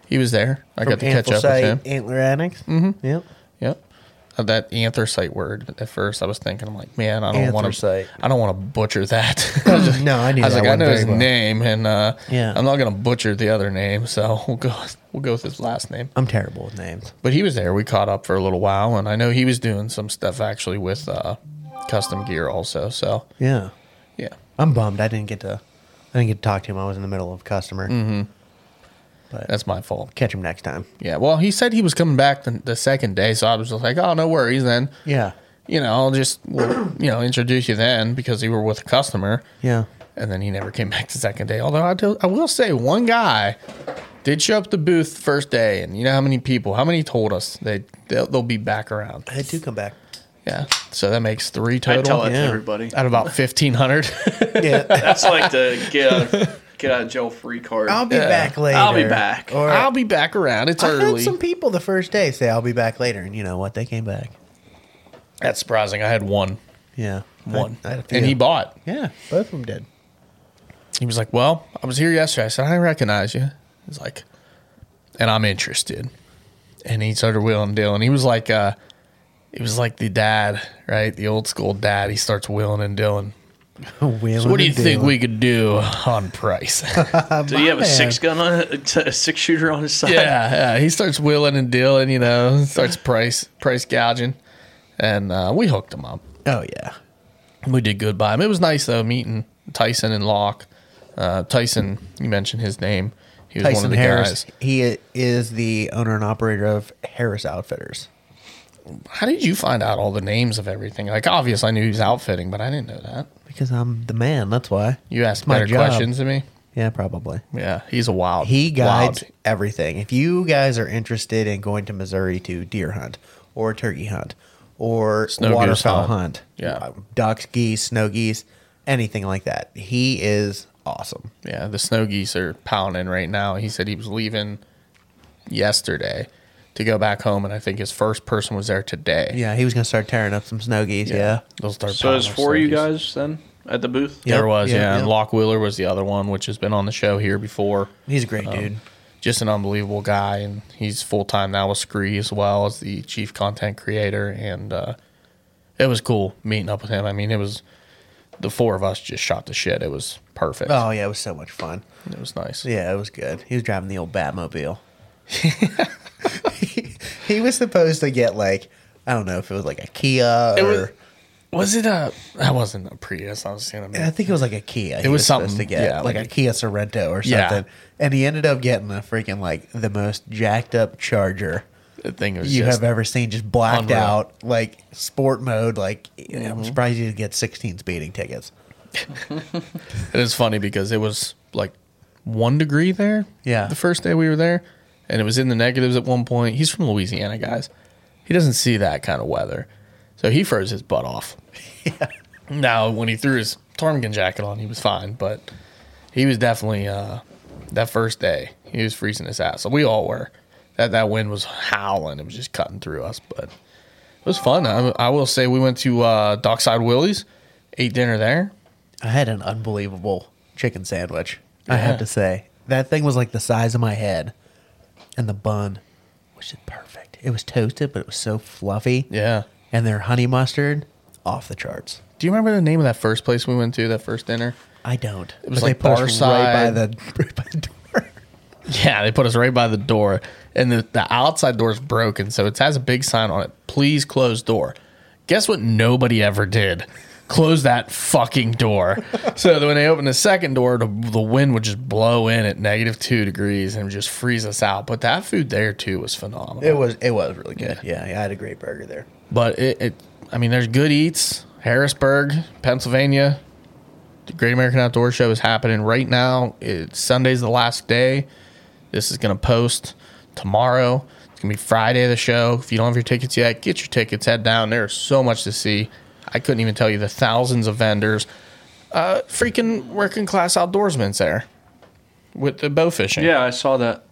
S4: He was there. I
S3: From
S4: got to catch up
S3: Anthracite,
S4: with him.
S3: Antler Annex. Mm-hmm. Yep.
S4: Yep. of that anthracite word at first. I was thinking, I'm like, man, I don't want
S3: Anthracite.
S4: to. I don't want to butcher that.
S3: no, I knew
S4: I was
S3: that
S4: like, I
S3: one
S4: know
S3: very
S4: his
S3: well.
S4: name, and uh,
S3: Yeah.
S4: I'm not gonna butcher the other name, so we'll go. We'll go with his last name.
S3: I'm terrible with names.
S4: But he was there. We caught up for a little while, and I know he was doing some stuff actually with uh, custom gear also. So
S3: Yeah.
S4: Yeah.
S3: I'm bummed. I didn't get to. I didn't get to talk to him. I was in the middle of a customer.
S4: Mhm.
S3: But
S4: that's my fault.
S3: Catch him next time.
S4: yeah, well, he said he was coming back the, the second day, so I was just like, oh, no worries then.
S3: Yeah.
S4: You know, I'll just we'll, you know introduce you then because you were with a customer.
S3: Yeah.
S4: And then he never came back the second day. Although I, do, I will say, one guy did show up at the booth the first day, and you know how many people, how many told us they they'll, they'll be back around.
S3: They do come back.
S4: Yeah, so that makes three total.
S5: tell that to Yeah. everybody.
S4: Out of about fifteen hundred.
S5: That's like the get out of, get out of jail free card.
S3: I'll be
S5: Yeah.
S3: back later.
S5: I'll be back.
S3: Or-
S4: I'll be back around. It's
S3: I
S4: early.
S3: had some people the first day say I'll be back later, and you know what? They came back.
S4: That's surprising. I had one.
S3: Yeah,
S4: One.
S3: I- I had a few.
S4: and he bought.
S3: Yeah, both of them did.
S4: He was like, "Well, I was here yesterday." I said, "I didn't recognize you." He's like, "And I'm interested." And he started wheeling and dealing. He was like, uh, he was like the dad, right? The old school dad. He starts wheeling and dealing. So what do you think we could do on price?
S5: Did he have a six gun on it? A six shooter on his side?
S4: Yeah, yeah. He starts wheeling and dealing, you know, starts price price gouging, and uh, we hooked him up.
S3: Oh yeah,
S4: we did good by him. It was nice though meeting Tyson and Locke. Uh, Tyson, you mentioned his name. He was one of the
S3: Harris.
S4: guys.
S3: He i- is the owner and operator of Harris Outfitters.
S4: How did you find out all the names of everything? Like, obviously, I knew he was outfitting, but I didn't know that.
S3: Because I'm the man. That's why
S4: You asked
S3: It's my
S4: better
S3: job.
S4: questions than me.
S3: Yeah, probably.
S4: Yeah, he's a wild.
S3: He guides
S4: wild-
S3: everything. If you guys are interested in going to Missouri to deer hunt or turkey hunt or
S4: Snow goose
S3: waterfowl
S4: hunt.
S3: hunt, uh,
S4: Yeah.
S3: ducks, geese, snow geese, anything like that, he is awesome.
S4: Yeah, the snow geese are pounding right now. He said he was leaving yesterday to go back home, and I think his first person was there today.
S3: Yeah, he was gonna start tearing up some snow geese. Yeah,
S4: they'll start.
S5: So there's
S4: pounding
S5: four of you
S4: snow geese.
S5: guys then at the booth?
S4: there was,
S3: yep,
S4: yeah. And
S3: yep.
S4: Locke Wheeler was the other one, which has been on the show here before.
S3: He's a great
S4: Um,
S3: dude.
S4: Just an unbelievable guy, and he's full time now with Scree as well as the chief content creator. And uh, it was cool meeting up with him. I mean, it was the four of us just shot the shit. It was perfect.
S3: Oh yeah, it was so much fun.
S4: It was nice.
S3: Yeah, it was good. He was driving the old Batmobile. he, he was supposed to get like I don't know if it was like a Kia
S4: It
S3: or
S4: was- Was it a? That wasn't a Prius. I was saying.
S3: I think it was like a Kia.
S4: It
S3: he
S4: was
S3: supposed
S4: something,
S3: to get
S4: yeah,
S3: like,
S4: like-
S3: a Kia Sorrento or
S4: Yeah.
S3: something, and he ended up getting a freaking like the most jacked up Charger
S4: The thing was
S3: you
S4: just-
S3: have ever seen, just blacked
S4: unreal. Mm-hmm.
S3: out, like sport mode. Like I'm surprised you didn't get 16 speeding tickets.
S4: It is funny because it was like one degree there.
S3: Yeah.
S4: The first day we were there, and it was in the negatives at one point. He's from Louisiana, guys. He doesn't see that kind of weather. So he froze his butt off. yeah. Now, when he threw his ptarmigan jacket on, he was fine, but he was definitely, uh, that first day, he was freezing his ass. So we all were. That, that wind was howling. It was just cutting through us, but it was fun. I, I will say we went to uh, Dockside Willie's, ate dinner there.
S3: I had an unbelievable chicken sandwich. I
S4: Yeah.
S3: have to say that thing was like the size of my head, and the bun was just perfect. It was toasted, but it was so fluffy.
S4: Yeah.
S3: and their honey mustard off the charts.
S4: Do you remember the name of that first place we went to? That first dinner?
S3: I don't.
S4: It was
S3: But
S4: like
S3: they put us
S4: bar
S3: right by
S4: side.
S3: the right by the
S4: yeah, they put us right by the door, and the, the outside door is broken, so it has a big sign on it: "Please close door." Guess what? Nobody ever did. Close that fucking door. so that when they opened the second door, the, the wind would just blow in at negative two degrees and just freeze us out. But that food there too was phenomenal.
S3: It was it was really good. Yeah, yeah I had a great burger there.
S4: But it, it, I mean, there's good eats. Harrisburg, Pennsylvania. The Great American Outdoor Show is happening right now. It, Sunday's the last day. This is going to post tomorrow. It's going to be Friday of the show. If you don't have your tickets yet, get your tickets. Head down. There's so much to see. I couldn't even tell you the thousands of vendors. Uh, freaking working class outdoorsmen's there with the bow fishing.
S5: Yeah, I saw that.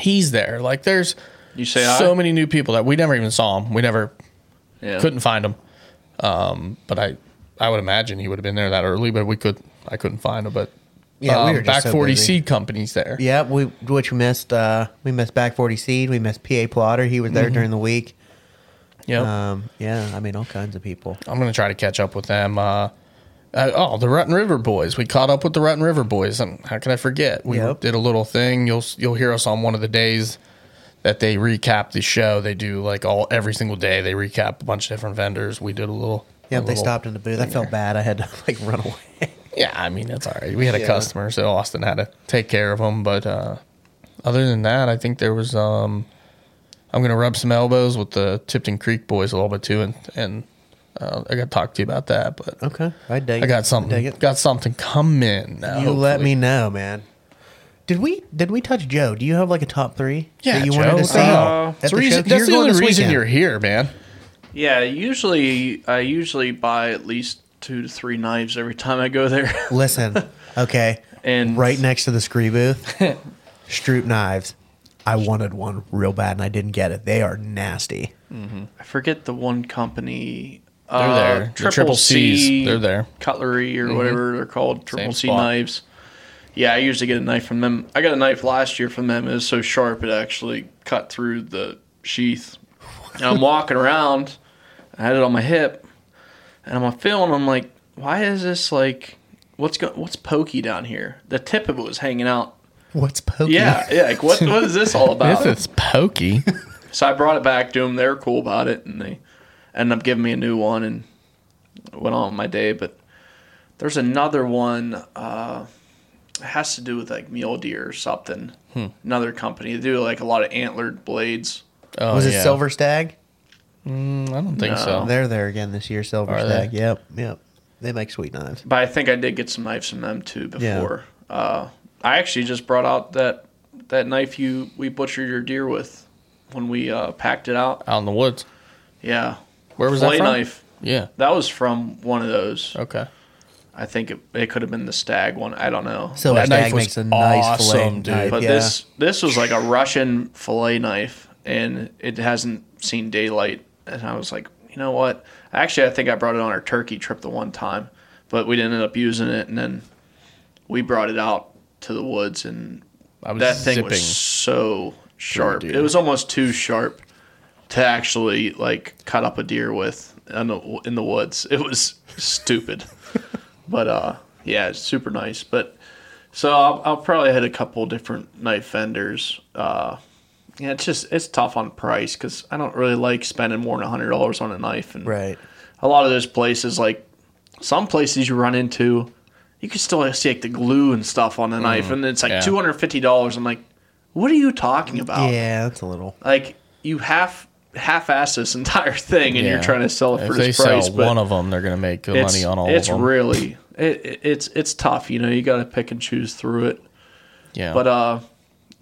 S4: He's there. Like, there's
S5: You say
S4: so
S5: I?
S4: many new people that we never even saw him. We never
S5: Yeah.
S4: couldn't find him. Um, but I, I would imagine he would have been there that early, but we could, I couldn't find him. But
S3: Yeah, we
S4: um,
S3: were just
S4: back
S3: so
S4: forty
S3: busy.
S4: seed companies there.
S3: Yeah, we which we missed uh we missed back forty seed, we missed PA Plotter, he was there
S4: Mhm.
S3: during the week.
S4: Yeah.
S3: Um, yeah, I mean, all kinds of people.
S4: I'm gonna try to catch up with them. Uh, uh, oh, the Rutten River Boys. We caught up with the Rutten River Boys, and how can I forget? We
S3: Yep.
S4: did a little thing. You'll you'll hear us on one of the days that they recap the show. They do like all every single day. They recap a bunch of different vendors. We did a little.
S3: Yeah,
S4: a
S3: they
S4: little
S3: stopped in the booth. I
S4: thing
S3: felt
S4: there.
S3: bad. I had to like run away.
S4: Yeah, I mean that's all right. We had a
S3: Yeah.
S4: customer, so Austin had to take care of him. But uh, other than that, I think there was. Um, I'm gonna rub some elbows with the Tipton Creek boys a little bit too, and and uh, I got to talk to you about that. But
S3: okay, I dig.
S4: I
S3: it.
S4: got something. Oh,
S3: dig
S4: Got something coming. Now,
S3: You let
S4: hopefully.
S3: me know, man. Did we did we touch Joe? Do you have like a top three?
S4: Yeah,
S3: that you
S4: Joe,
S3: wanted to
S4: what the
S3: see?
S4: hell?
S3: at
S4: that's the,
S3: the show?
S4: reason,
S3: 'Cause
S4: that's
S3: you're
S4: the
S3: going
S4: only
S3: this
S4: reason
S3: weekend.
S4: you're here, man.
S5: Yeah, usually I usually buy at least two to three knives every time I go there.
S3: Listen, okay,
S5: and
S3: right next to the scree booth, Stroop knives. I wanted one real bad and I didn't get it. They are nasty.
S5: I forget the one company. Uh,
S4: They're there. The Triple Cs, they're there.
S5: Cutlery or
S4: Mhm.
S5: whatever they're called.
S4: Same
S5: Triple C
S4: spot.
S5: knives. Yeah, I usually get a knife from them. I got a knife last year from them. It was so sharp it actually cut through the sheath. And I'm walking around. I had it on my hip, and I'm feeling. I'm like, why is this like? What's go- What's pokey down here? The tip of it was hanging out.
S3: What's pokey?
S5: Yeah, yeah. Like what? What is this all about?
S4: If it's pokey,
S5: So I brought it back to them. They were cool about it, and they ended up giving me a new one, and it went on with my day. But there's another one. Uh, it has to do with like mule deer or something.
S4: Hmm.
S5: Another company. They do like a lot of antlered blades.
S3: Was
S5: Oh,
S3: it Silver Stag?
S4: Mm, oh, I don't
S5: think No. so.
S3: They're there again this year, Silver
S5: Are
S3: Stag.
S5: they?
S3: Yep, yep. They make sweet knives.
S5: But I think I did get some knives from them too
S3: Yeah.
S5: before. Uh, I actually just brought out that that knife you we butchered your deer with when we uh, packed it out.
S4: out in the woods.
S5: Yeah.
S4: Where was that
S5: Fillet
S4: from?
S5: knife?
S4: Yeah.
S5: That was from one of those.
S4: Okay.
S5: I think it, it could have been the stag one. I don't know.
S3: Silver That knife Stag was makes a nice fillet knife,
S5: But
S3: yeah.
S5: this this was like a Russian fillet knife, and it hasn't seen daylight. And I was like, you know what? Actually, I think I brought it on our turkey trip the one time, but we didn't end up using it. And then we brought it out to the woods, and
S4: was
S5: that thing
S4: zipping
S5: was so sharp.
S4: deer.
S5: It was almost too sharp to actually like cut up a deer with in the, in the woods. It was stupid, but uh, yeah, it's super nice. But so I'll, I'll probably hit a couple different knife vendors. Uh, yeah, it's just it's tough on price because I don't really like spending more than hundred dollars on a knife, and
S3: right.
S5: a lot of those places like some places you run into. You can still see like the glue and stuff on the knife,
S3: Mm,
S5: and it's like
S3: yeah.
S5: two hundred fifty dollars. I'm like, what are you talking about?
S3: Yeah, that's a little.
S5: like you half half-ass this entire thing, and you're
S4: Yeah.
S5: trying to sell it
S4: If
S5: for
S4: they
S5: this price.
S4: sell
S5: but
S4: one of them, they're gonna make good
S5: it's-
S4: money on all
S5: It's
S4: of them.
S5: really it, it- it's it's tough. You know, you got to pick and choose through it.
S4: Yeah.
S5: But uh,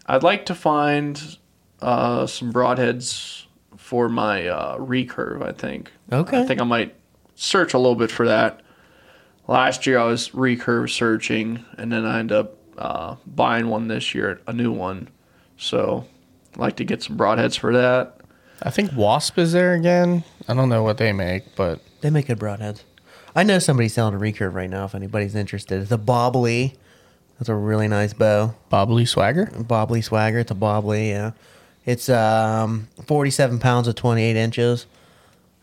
S5: I'd like to find uh, some broadheads for my uh, recurve. I think.
S3: Okay.
S5: I think I might search a little bit for that. Last year I was recurve searching, and then I ended up uh, buying one this year, a new one. So, I'd like to get some broadheads for that.
S4: I think Wasp is there again. I don't know what they make, but
S3: They make good broadheads. I know somebody's selling a recurve right now if anybody's interested. The Bobbly. That's a really nice bow.
S4: Bobbly Swagger?
S3: Bobbly Swagger. It's a Bobbly, yeah. It's um, 47 pounds of 28 inches.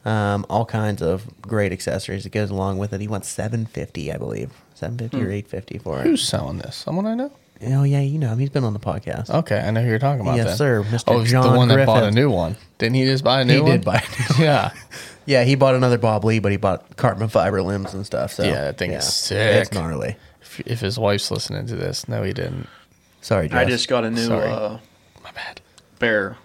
S3: Um, all kinds of great accessories that goes along with it. He wants 750, I believe. 750 or
S4: Hmm.
S3: 850 for it.
S4: who's selling this? Someone I know.
S3: Oh, yeah, you know him. He's been on the podcast.
S4: Okay, I know who you're talking about.
S3: Yes,
S4: then.
S3: sir, Mr.
S4: Oh, he's
S3: John
S4: the one that bought a
S3: Griffith.
S4: new one. Didn't he just buy a new
S3: he
S4: one?
S3: did buy a new
S4: Yeah.
S3: Yeah, he bought another Bob Lee, but he bought carbon fiber limbs and stuff. So
S4: yeah, that thing
S3: yeah.
S4: is sick.
S3: It's gnarly.
S4: If, if his wife's listening to this, no, he didn't.
S3: Sorry,
S5: I just got a new uh,
S4: my bad
S5: bear.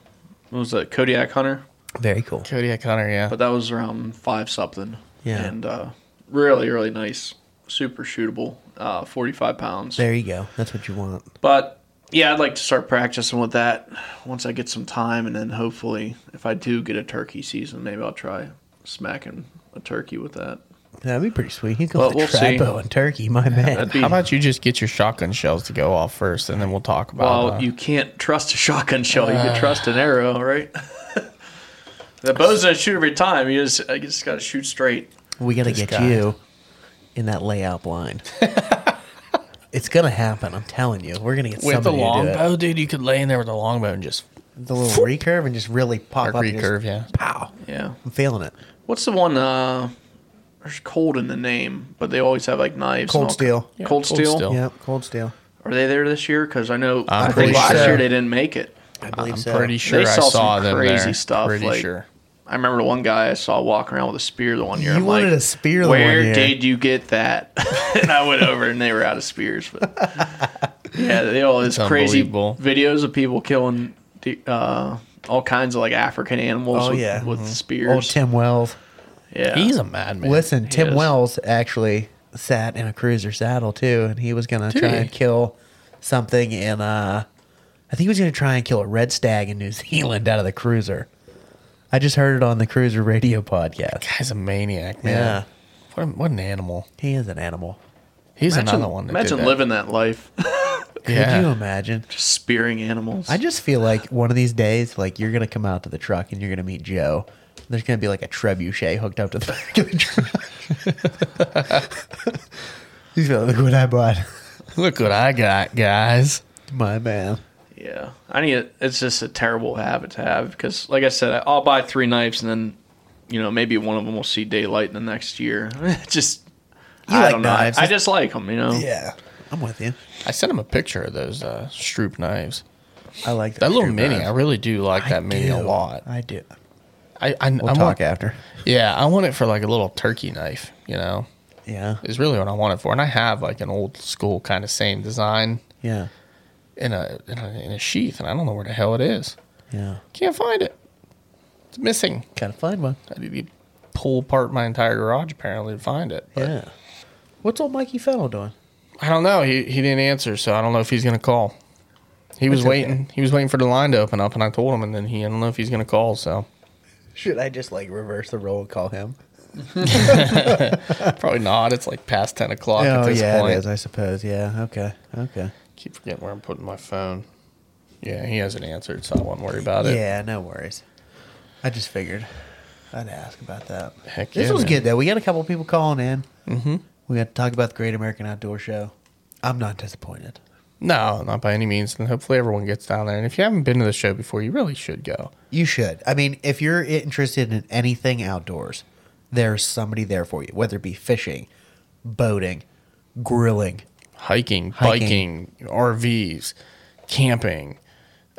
S5: What was that? Kodiak Hunter.
S3: Very cool.
S4: Kodiak Hunter, yeah.
S5: But that was around five something.
S3: Yeah.
S5: And uh, really, really nice, super shootable, uh, forty five pounds.
S3: There you go. That's what you want.
S5: But yeah, I'd like to start practicing with that once I get some time, and then hopefully, if I do get a turkey season, maybe I'll try smacking a turkey with that.
S3: That'd be pretty sweet. He's
S5: Well,
S3: going
S5: we'll
S3: to trap
S5: see.
S3: bow in Turkey, my man.
S4: How about you just get your shotgun shells to go off first, and then we'll talk about.
S5: Well,
S4: uh,
S5: Oh, you can't trust a shotgun shell. you can
S4: Uh.
S5: trust an arrow, right? the bow's gonna shoot every time. You just, I just gotta shoot straight.
S3: We got to
S5: This
S3: get
S5: guy.
S3: you in that layout blind. it's going to happen. I'm telling you. We're going to get
S4: with the
S3: somebody to do it.
S4: longbow, dude, you could lay in there with the longbow and just
S3: The little recurve and just really pop
S4: Or
S3: up. and just-
S4: recurve, yeah.
S3: Pow.
S5: Yeah.
S3: I'm feeling it.
S5: What's the one? Uh, there's cold in the name, but they always have like knives. and
S3: Cold
S5: all-
S3: steel.
S5: cold steel. Uh,
S3: Yep, cold steel.
S5: Are they there this year? Because I know
S3: I'm
S5: Oh. I think
S3: pretty
S5: last
S3: sure.
S5: year they didn't make it. I
S3: believe
S4: I'm so. pretty sure I saw them
S5: crazy
S4: there.
S5: stuff.
S4: Pretty
S5: like,
S4: sure.
S5: I remember one guy I saw walking around with a spear the one year.
S3: You
S5: I'm
S3: wanted
S5: like,
S3: a spear the one
S5: Where
S3: year."
S5: did you get that? and I went over and they were out of spears. But yeah, they all this
S4: It's
S5: crazy
S4: unbelievable.
S5: videos of people killing the- uh, all kinds of like African animals.
S3: Oh,
S5: with,
S3: yeah.
S5: with
S3: Mhm.
S5: spears.
S3: Old Tim Wells.
S5: Yeah. He's a madman.
S3: Listen,
S5: He
S3: Tim
S5: is.
S3: Wells actually sat in a cruiser saddle too, and he was gonna
S5: Did
S3: try
S5: he?
S3: and kill something in uh I think he was gonna try and kill a red stag in New Zealand out of the cruiser. I just heard it on the cruiser radio podcast.
S4: guy's a maniac,
S3: Yeah.
S4: man. What, a, what an animal.
S3: He is an animal.
S4: He's
S5: Imagine-
S4: another one. That did
S5: Imagine
S4: that.
S5: living that life.
S3: Could you imagine?
S5: Just spearing animals.
S3: I just feel like one of these days, like you're gonna come out to the truck and you're gonna meet Joe. There's gonna be like a trebuchet hooked up to the back of the truck. He's gonna look what I bought.
S4: Look what I got, guys.
S3: My man.
S5: Yeah, I need. It. It's just a terrible habit to have because, like I said, I- I'll buy three knives and then, you know, maybe one of them will see daylight in the next year. just,
S4: You
S5: I
S4: like
S5: don't know.
S4: knives.
S5: I, I just like them, you know.
S3: Yeah. I'm with you.
S4: I sent him a picture of those uh, Stroop knives.
S3: I like that,
S4: that little
S3: Stroop
S4: mini.
S3: knife.
S4: I really do like that mini a
S3: do.
S4: lot.
S3: I do.
S4: I, I
S3: We'll
S4: I
S3: talk
S4: want-
S3: after.
S4: Yeah, I want it for like a little turkey knife. You know.
S3: Yeah.
S4: Is really what I want it for, and I have like an old school kind of same design
S3: Yeah.
S4: in a in a, in a sheath, and I don't know where the hell it is.
S3: Yeah.
S4: Can't find it. It's missing.
S3: Gotta find one.
S4: I need to pull apart my entire garage apparently to find it. But
S3: yeah. What's old Mikey Fennel doing?
S4: I don't know. He he didn't answer, so I don't know if he's gonna call. He was
S3: That's okay.
S4: waiting. He was waiting for the line to open up, and I told him, and then he I don't know if he's gonna call. So
S3: Should I just like reverse the role and call him?
S4: probably not. It's like past ten o'clock at
S3: oh
S4: this
S3: yeah,
S4: point.
S3: it is. I suppose. Yeah. Okay. Okay.
S4: Keep forgetting where I'm putting my phone. Yeah, he hasn't answered, so I won't worry about it.
S3: Yeah. No worries. I just figured I'd ask about that.
S4: Heck
S3: this
S4: yeah,
S3: was
S4: man.
S3: good though. We got a couple people calling in.
S4: Mhm.
S3: We got to talk about the Great American Outdoor Show. I'm not disappointed.
S4: No, not by any means. And hopefully everyone gets down there. And if you haven't been to the show before, you really should go.
S3: You should. I mean, if you're interested in anything outdoors, there's somebody there for you, whether it be fishing, boating, grilling.
S4: Hiking,
S3: Hiking.
S4: biking, RVs, camping.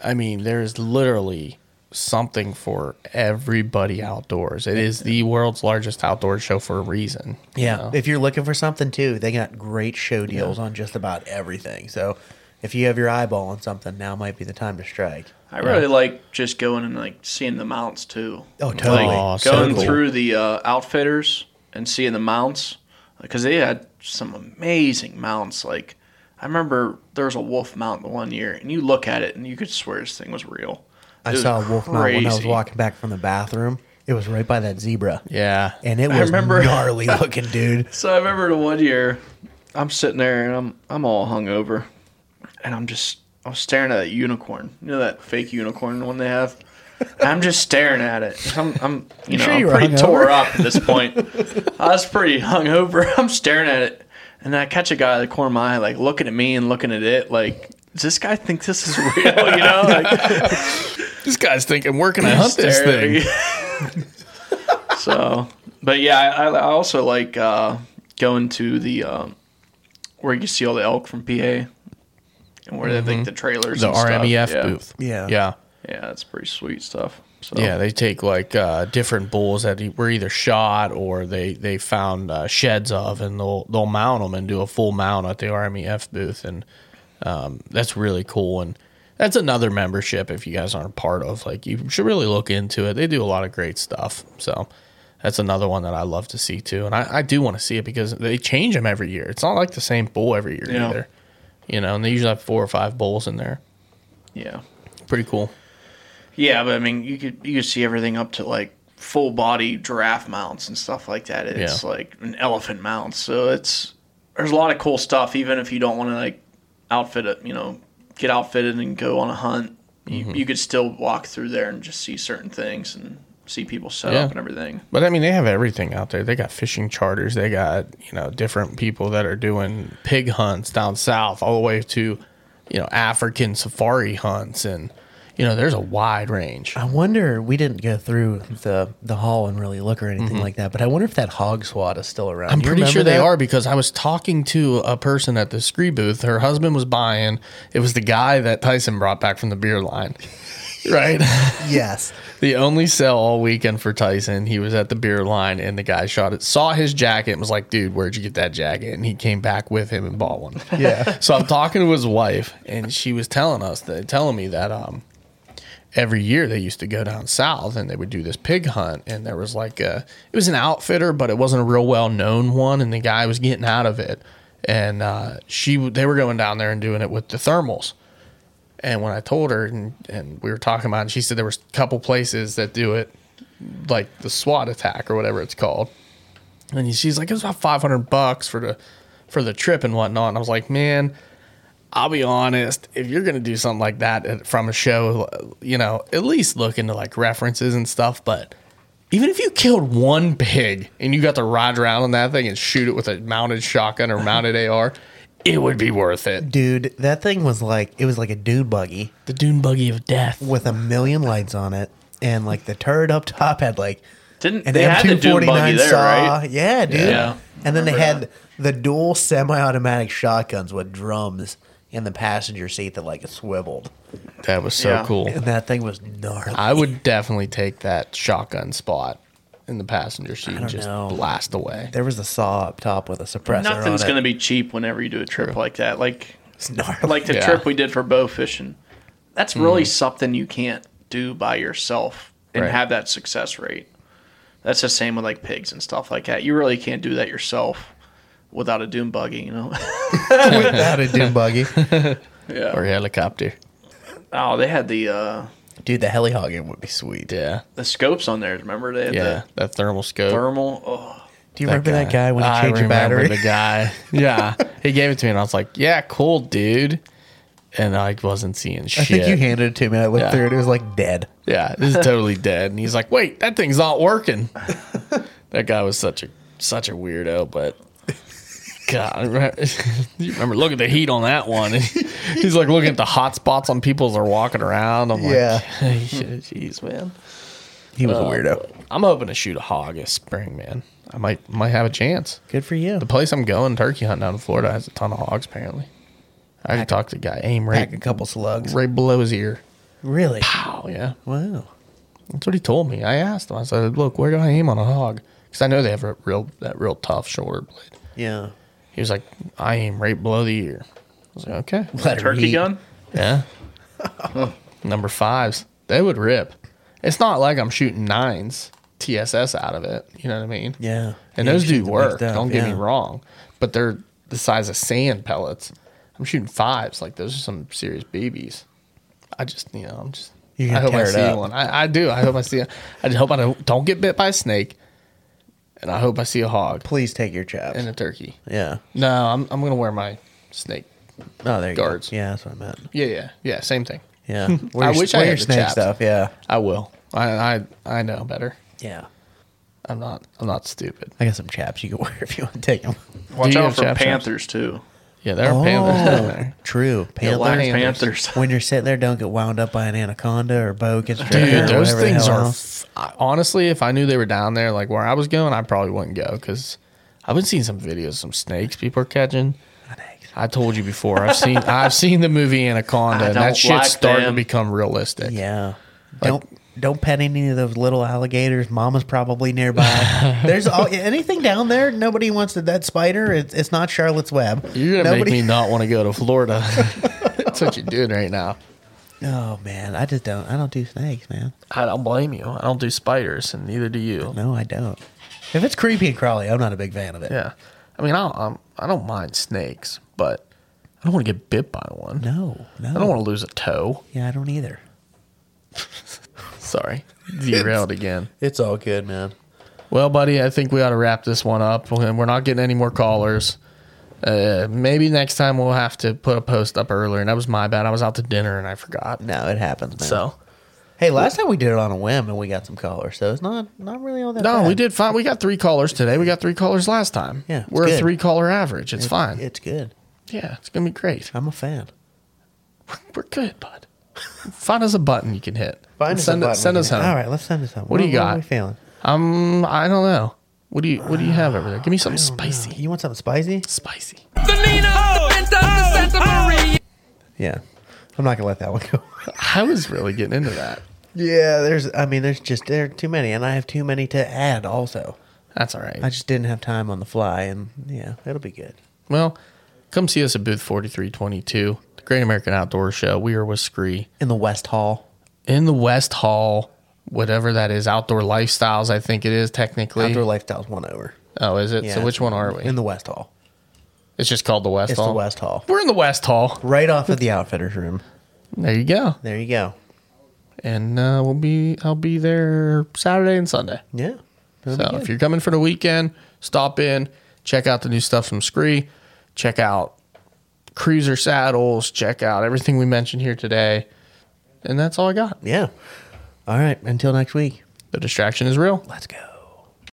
S4: I mean, there's literally something for everybody outdoors. It is the world's largest outdoor show for a reason. you
S3: Yeah.
S4: know?
S3: If you're looking for something too, they got great show deals
S4: Yeah.
S3: on just about everything. So if you have your eyeball on something, now might be the time to strike.
S5: I really like just going and like seeing the mounts too.
S3: Oh, totally.
S5: Like,
S3: Aw,
S5: going
S3: so cool.
S5: through the uh, outfitters and seeing the mounts because they had some amazing mounts. Like I remember there was a wolf mount the one year, and you look at it and you could swear this thing was real.
S3: I
S5: It was
S3: saw a wolf mount when I was
S5: crazy.
S3: walking back from the bathroom. It was right by that zebra.
S4: Yeah.
S3: And it
S5: I
S3: was
S5: remember-
S3: gnarly looking, dude.
S5: So I remember the one year, I'm sitting there and I'm I'm all hungover, and I'm just I was staring at that unicorn. You know that fake unicorn one they have. I'm just staring at it. I'm, I'm you
S9: You
S5: know,
S9: sure you
S5: I'm
S9: were
S5: pretty
S9: hungover?
S5: tore up at this point. I was pretty hungover. I'm staring at it, and then I catch a guy out of the corner of my eye, like looking at me and looking at it, like. Does this guy think this is real? You know, like,
S4: this guy's thinking, where can I hunt this
S5: Staring.
S4: thing?
S5: so, but yeah, I, I also like uh, going to the um, where you see all the elk from PA, and where they
S4: Mhm.
S5: think the trailers,
S4: The
S5: and stuff.
S4: RMEF
S5: Yeah.
S4: booth.
S3: Yeah.
S4: Yeah.
S5: yeah, that's pretty sweet stuff. So
S4: Yeah, they take like uh, different bulls that e-, were either shot or they they found uh, sheds of, and they'll they'll mount them and do a full mount at the RMEF booth, and um, that's really cool. And that's another membership if you guys aren't part of. Like you should really look into it. They do a lot of great stuff. So that's another one that I love to see too, and I, I do want to see it because they change them every year. It's not like the same bull every year
S5: Yeah.
S4: either, you know. And they usually have four or five bulls in there.
S5: yeah,
S4: Pretty cool.
S5: yeah, but I mean, you could you could see everything up to like full body giraffe mounts and stuff like that. It's
S4: Yeah.
S5: like an elephant mount, so it's there's a lot of cool stuff. Even if you don't want to like outfit it, you know, get outfitted and go on a hunt, you,
S4: Mhm.
S5: you could still walk through there and just see certain things and see people set
S4: Yeah.
S5: up and everything.
S4: But I mean, they have everything out there. They got fishing charters. They got you know different people that are doing pig hunts down south, all the way to you know African safari hunts, and you know, there's a wide range.
S3: I wonder. We didn't go through the the hall and really look or anything
S4: Mhm.
S3: like that, but I wonder if that hog swat is still around.
S4: I'm
S3: You
S4: pretty
S3: remember
S4: sure they
S3: that?
S4: are because I was talking to a person at the scree booth. Her husband was buying. It was the guy that Tyson brought back from the beer line, right?
S3: Yes.
S4: the only sell all weekend for Tyson. He was at the beer line, and the guy shot it, saw his jacket, and was like, "Dude, where'd you get that jacket?" And he came back with him and bought one.
S3: Yeah.
S4: so I'm talking to his wife, and she was telling us that, telling me that um, every year they used to go down south and they would do this pig hunt, and there was like a, it was an outfitter, but it wasn't a real well known one, and the guy was getting out of it, and uh, she, they were going down there and doing it with the thermals. And when I told her, and, and we were talking about, it, and she said there was a couple places that do it, like the SWAT attack or whatever it's called. And she's like, it was about five hundred bucks for the for the trip and whatnot. And I was like, man, I'll be honest, if you're gonna do something like that at- from a show, you know, at least look into like references and stuff. But even if you killed one pig and you got to ride around on that thing and shoot it with a mounted shotgun or mounted AR, it would be worth it.
S3: Dude, that thing was like it was like a dune buggy.
S4: The dune buggy of death.
S3: With a million lights on it. And like the turret up top had like
S5: Didn't
S3: an
S5: they had the dune buggy there, right?
S3: Yeah, dude.
S5: Yeah.
S3: And then they
S5: Remember
S3: had the dual semi automatic shotguns with drums in the passenger seat that like swiveled.
S4: That was so Yeah. cool.
S3: And that thing was gnarly.
S4: I would definitely take that shotgun spot in the passenger seat and
S3: don't
S4: just
S3: know.
S4: blast away.
S3: There was a saw up top with a suppressor.
S5: Nothing's
S3: on it.
S5: gonna be cheap whenever you do a trip like that. Like
S3: gnarly.
S5: like the
S3: Yeah.
S5: trip we did for bow fishing. That's really
S3: Mhm.
S5: something you can't do by yourself and
S3: Right.
S5: have that success rate. That's the same with like pigs and stuff like that. You really can't do that yourself without a dune buggy, you know.
S3: without a dune buggy.
S5: yeah.
S4: Or helicopter.
S5: Oh, they had the uh
S3: Dude, the heli hog would be sweet.
S4: Yeah.
S5: the scopes on there. Remember they had
S4: Yeah. That thermal
S5: the
S4: scope.
S5: thermal. Oh,
S3: Do you remember that guy when he
S4: I
S3: changed your
S4: remember
S3: battery?
S4: The guy. Yeah. he gave it to me and I was like, yeah, cool, dude. And I wasn't seeing shit.
S3: I think you handed it to me. and I looked
S4: Yeah.
S3: through it. It was like dead.
S4: Yeah, this is totally dead. And he's like, "Wait, that thing's not working." that guy was such a such a weirdo, but God, I remember, you remember look at the heat on that one. And he's like looking at the hot spots on people as they're walking around. I'm
S3: Yeah.
S4: like, "Jeez, man."
S3: He was a
S4: Uh,
S3: weirdo.
S4: I'm hoping to shoot a hog this spring, man. I might might have a chance.
S3: Good for you.
S4: The place I'm going turkey hunting out in Florida has a ton of hogs. Apparently, I already talked to the guy. Aim right,
S3: pack a couple slugs
S4: right below his ear.
S3: Really?
S4: Pow! Yeah.
S3: Wow.
S4: That's what he told me. I asked him. I said, "Look, where do I aim on a hog?" Because I know they have a real that real tough shoulder blade.
S3: Yeah.
S4: He was like, "I aim right below the ear." I was like, "Okay."
S3: Let her Turkey eat. gun?
S4: Yeah. Number fives. They would rip. It's not like I'm shooting nines TSS out of it. You know what I mean?
S3: Yeah.
S4: And
S3: Yeah,
S4: those
S3: you shoot
S4: do
S3: the big
S4: work.
S3: stuff,
S4: Don't get me
S3: yeah.
S4: wrong, but they're the size of sand pellets. I'm shooting fives. Like those are some serious babies. I just, you know, I'm just.
S3: You're
S4: I
S3: gonna
S4: hope I
S3: tear it
S4: see
S3: up.
S4: one. I, I do. I hope I see. A, I just hope I don't, don't get bit by a snake, and I hope I see a hog.
S3: Please take your chops.
S4: and a turkey.
S3: Yeah.
S4: No, I'm I'm gonna wear my snake.
S3: Oh, there you
S4: guards.
S3: go. Yeah, that's what I meant.
S4: Yeah, yeah, yeah. Same thing.
S3: Yeah.
S4: I
S3: Wear your-
S4: wish I
S3: wear
S4: had
S3: your
S4: the
S3: snake
S4: chaps.
S3: stuff, yeah.
S4: I will. I I I know better.
S3: Yeah.
S4: I'm not. I'm not stupid.
S3: I got some chaps you can wear if you want to take them.
S5: watch
S4: you
S5: out
S4: have
S5: for
S4: chaps?
S5: panthers too.
S4: Yeah, there are
S3: Oh.
S4: panthers down there.
S3: True.
S5: Yeah,
S3: Panthers.
S5: Lions, Panthers.
S3: When you're sitting there, don't get wound up by an anaconda or boa constrictor.
S4: Dude,
S3: or
S4: those
S3: whatever the
S4: things
S3: hell
S4: are.
S3: else.
S4: F- I- honestly, if I knew they were down there, like where I was going, I probably wouldn't go because I've been seeing some videos, some snakes people are catching. I told you before. I've seen I've seen the movie Anaconda,
S3: I
S4: and that
S3: don't
S4: shit's
S3: like
S4: starting
S3: them.
S4: to become realistic.
S3: Yeah. don't don't pet any of those little alligators. Mama's probably nearby. There's all, anything down there. Nobody wants to, that spider. It's, it's not Charlotte's Web.
S4: You're gonna
S3: Nobody-
S4: make me not want to go to Florida. That's what you're doing right now.
S3: Oh man, I just don't. I don't do snakes, man.
S4: I don't blame you. I don't do spiders, and neither do you.
S3: No, I don't. If it's creepy and crawly, I'm not a big fan of it.
S4: Yeah, I mean, I don't, I'm, I don't mind snakes, but I don't want to get bit by one.
S3: No, no.
S4: I don't want to lose a toe.
S3: Yeah, I don't either.
S4: Sorry, derailed again.
S3: It's all good, man.
S4: Well, buddy, I think we ought to wrap this one up. We're we're not getting any more callers. Uh, maybe next time we'll have to put a post up earlier, and that was my bad. I was out to dinner and I forgot.
S3: No, it happens. Man.
S4: So
S3: Hey, last time we did it on a whim and we got some callers, so it's not not really all that.
S4: no,
S3: bad.
S4: we did fine. We got three callers today. We got three callers last time.
S3: Yeah, it's
S4: we're a
S3: good.
S4: three caller average. It's
S3: It-
S4: fine.
S3: It's good.
S4: Yeah, it's gonna be great.
S3: I'm a fan.
S4: We're good, bud. Find us a button you can hit.
S3: Find
S4: And
S3: us a
S4: send
S3: button
S4: send
S3: we
S4: us
S3: can
S4: home.
S3: hit. All right, let's send us home.
S4: What do
S3: What-
S4: you
S3: what
S4: got?
S3: are we feeling?
S4: Um, I don't know. What do you What do you have over there? Give me something spicy.
S3: You want something spicy?
S4: Spicy.
S3: Yeah. I'm not gonna let that one go.
S4: I was really getting into that.
S3: Yeah, there's. I mean, there's just there are too many, and I have too many to add. Also,
S4: that's all right.
S3: I just didn't have time on the fly, and yeah, it'll be good.
S4: Well, come see us at booth 4322, the Great American Outdoor Show. We are with Scree.
S3: In the West Hall.
S4: In the West Hall, whatever that is, Outdoor Lifestyles, I think it is technically.
S3: Outdoor Lifestyles one over.
S4: Oh, is it?
S3: Yeah,
S4: so which one are we?
S3: In the West Hall.
S4: It's just called the West
S3: it's
S4: Hall.
S3: the West Hall.
S4: We're in the West Hall.
S3: Right off of the outfitter's room.
S4: There you go.
S3: There you go.
S4: And uh, we'll be I'll be there Saturday and Sunday.
S3: Yeah.
S4: So
S3: that'll be good.
S4: if you're coming for the weekend, stop in, check out the new stuff from Scree, check out cruiser saddles, check out everything we mentioned here today. And that's all I got.
S3: Yeah. All right. Until next week.
S4: The distraction is real.
S3: Let's go.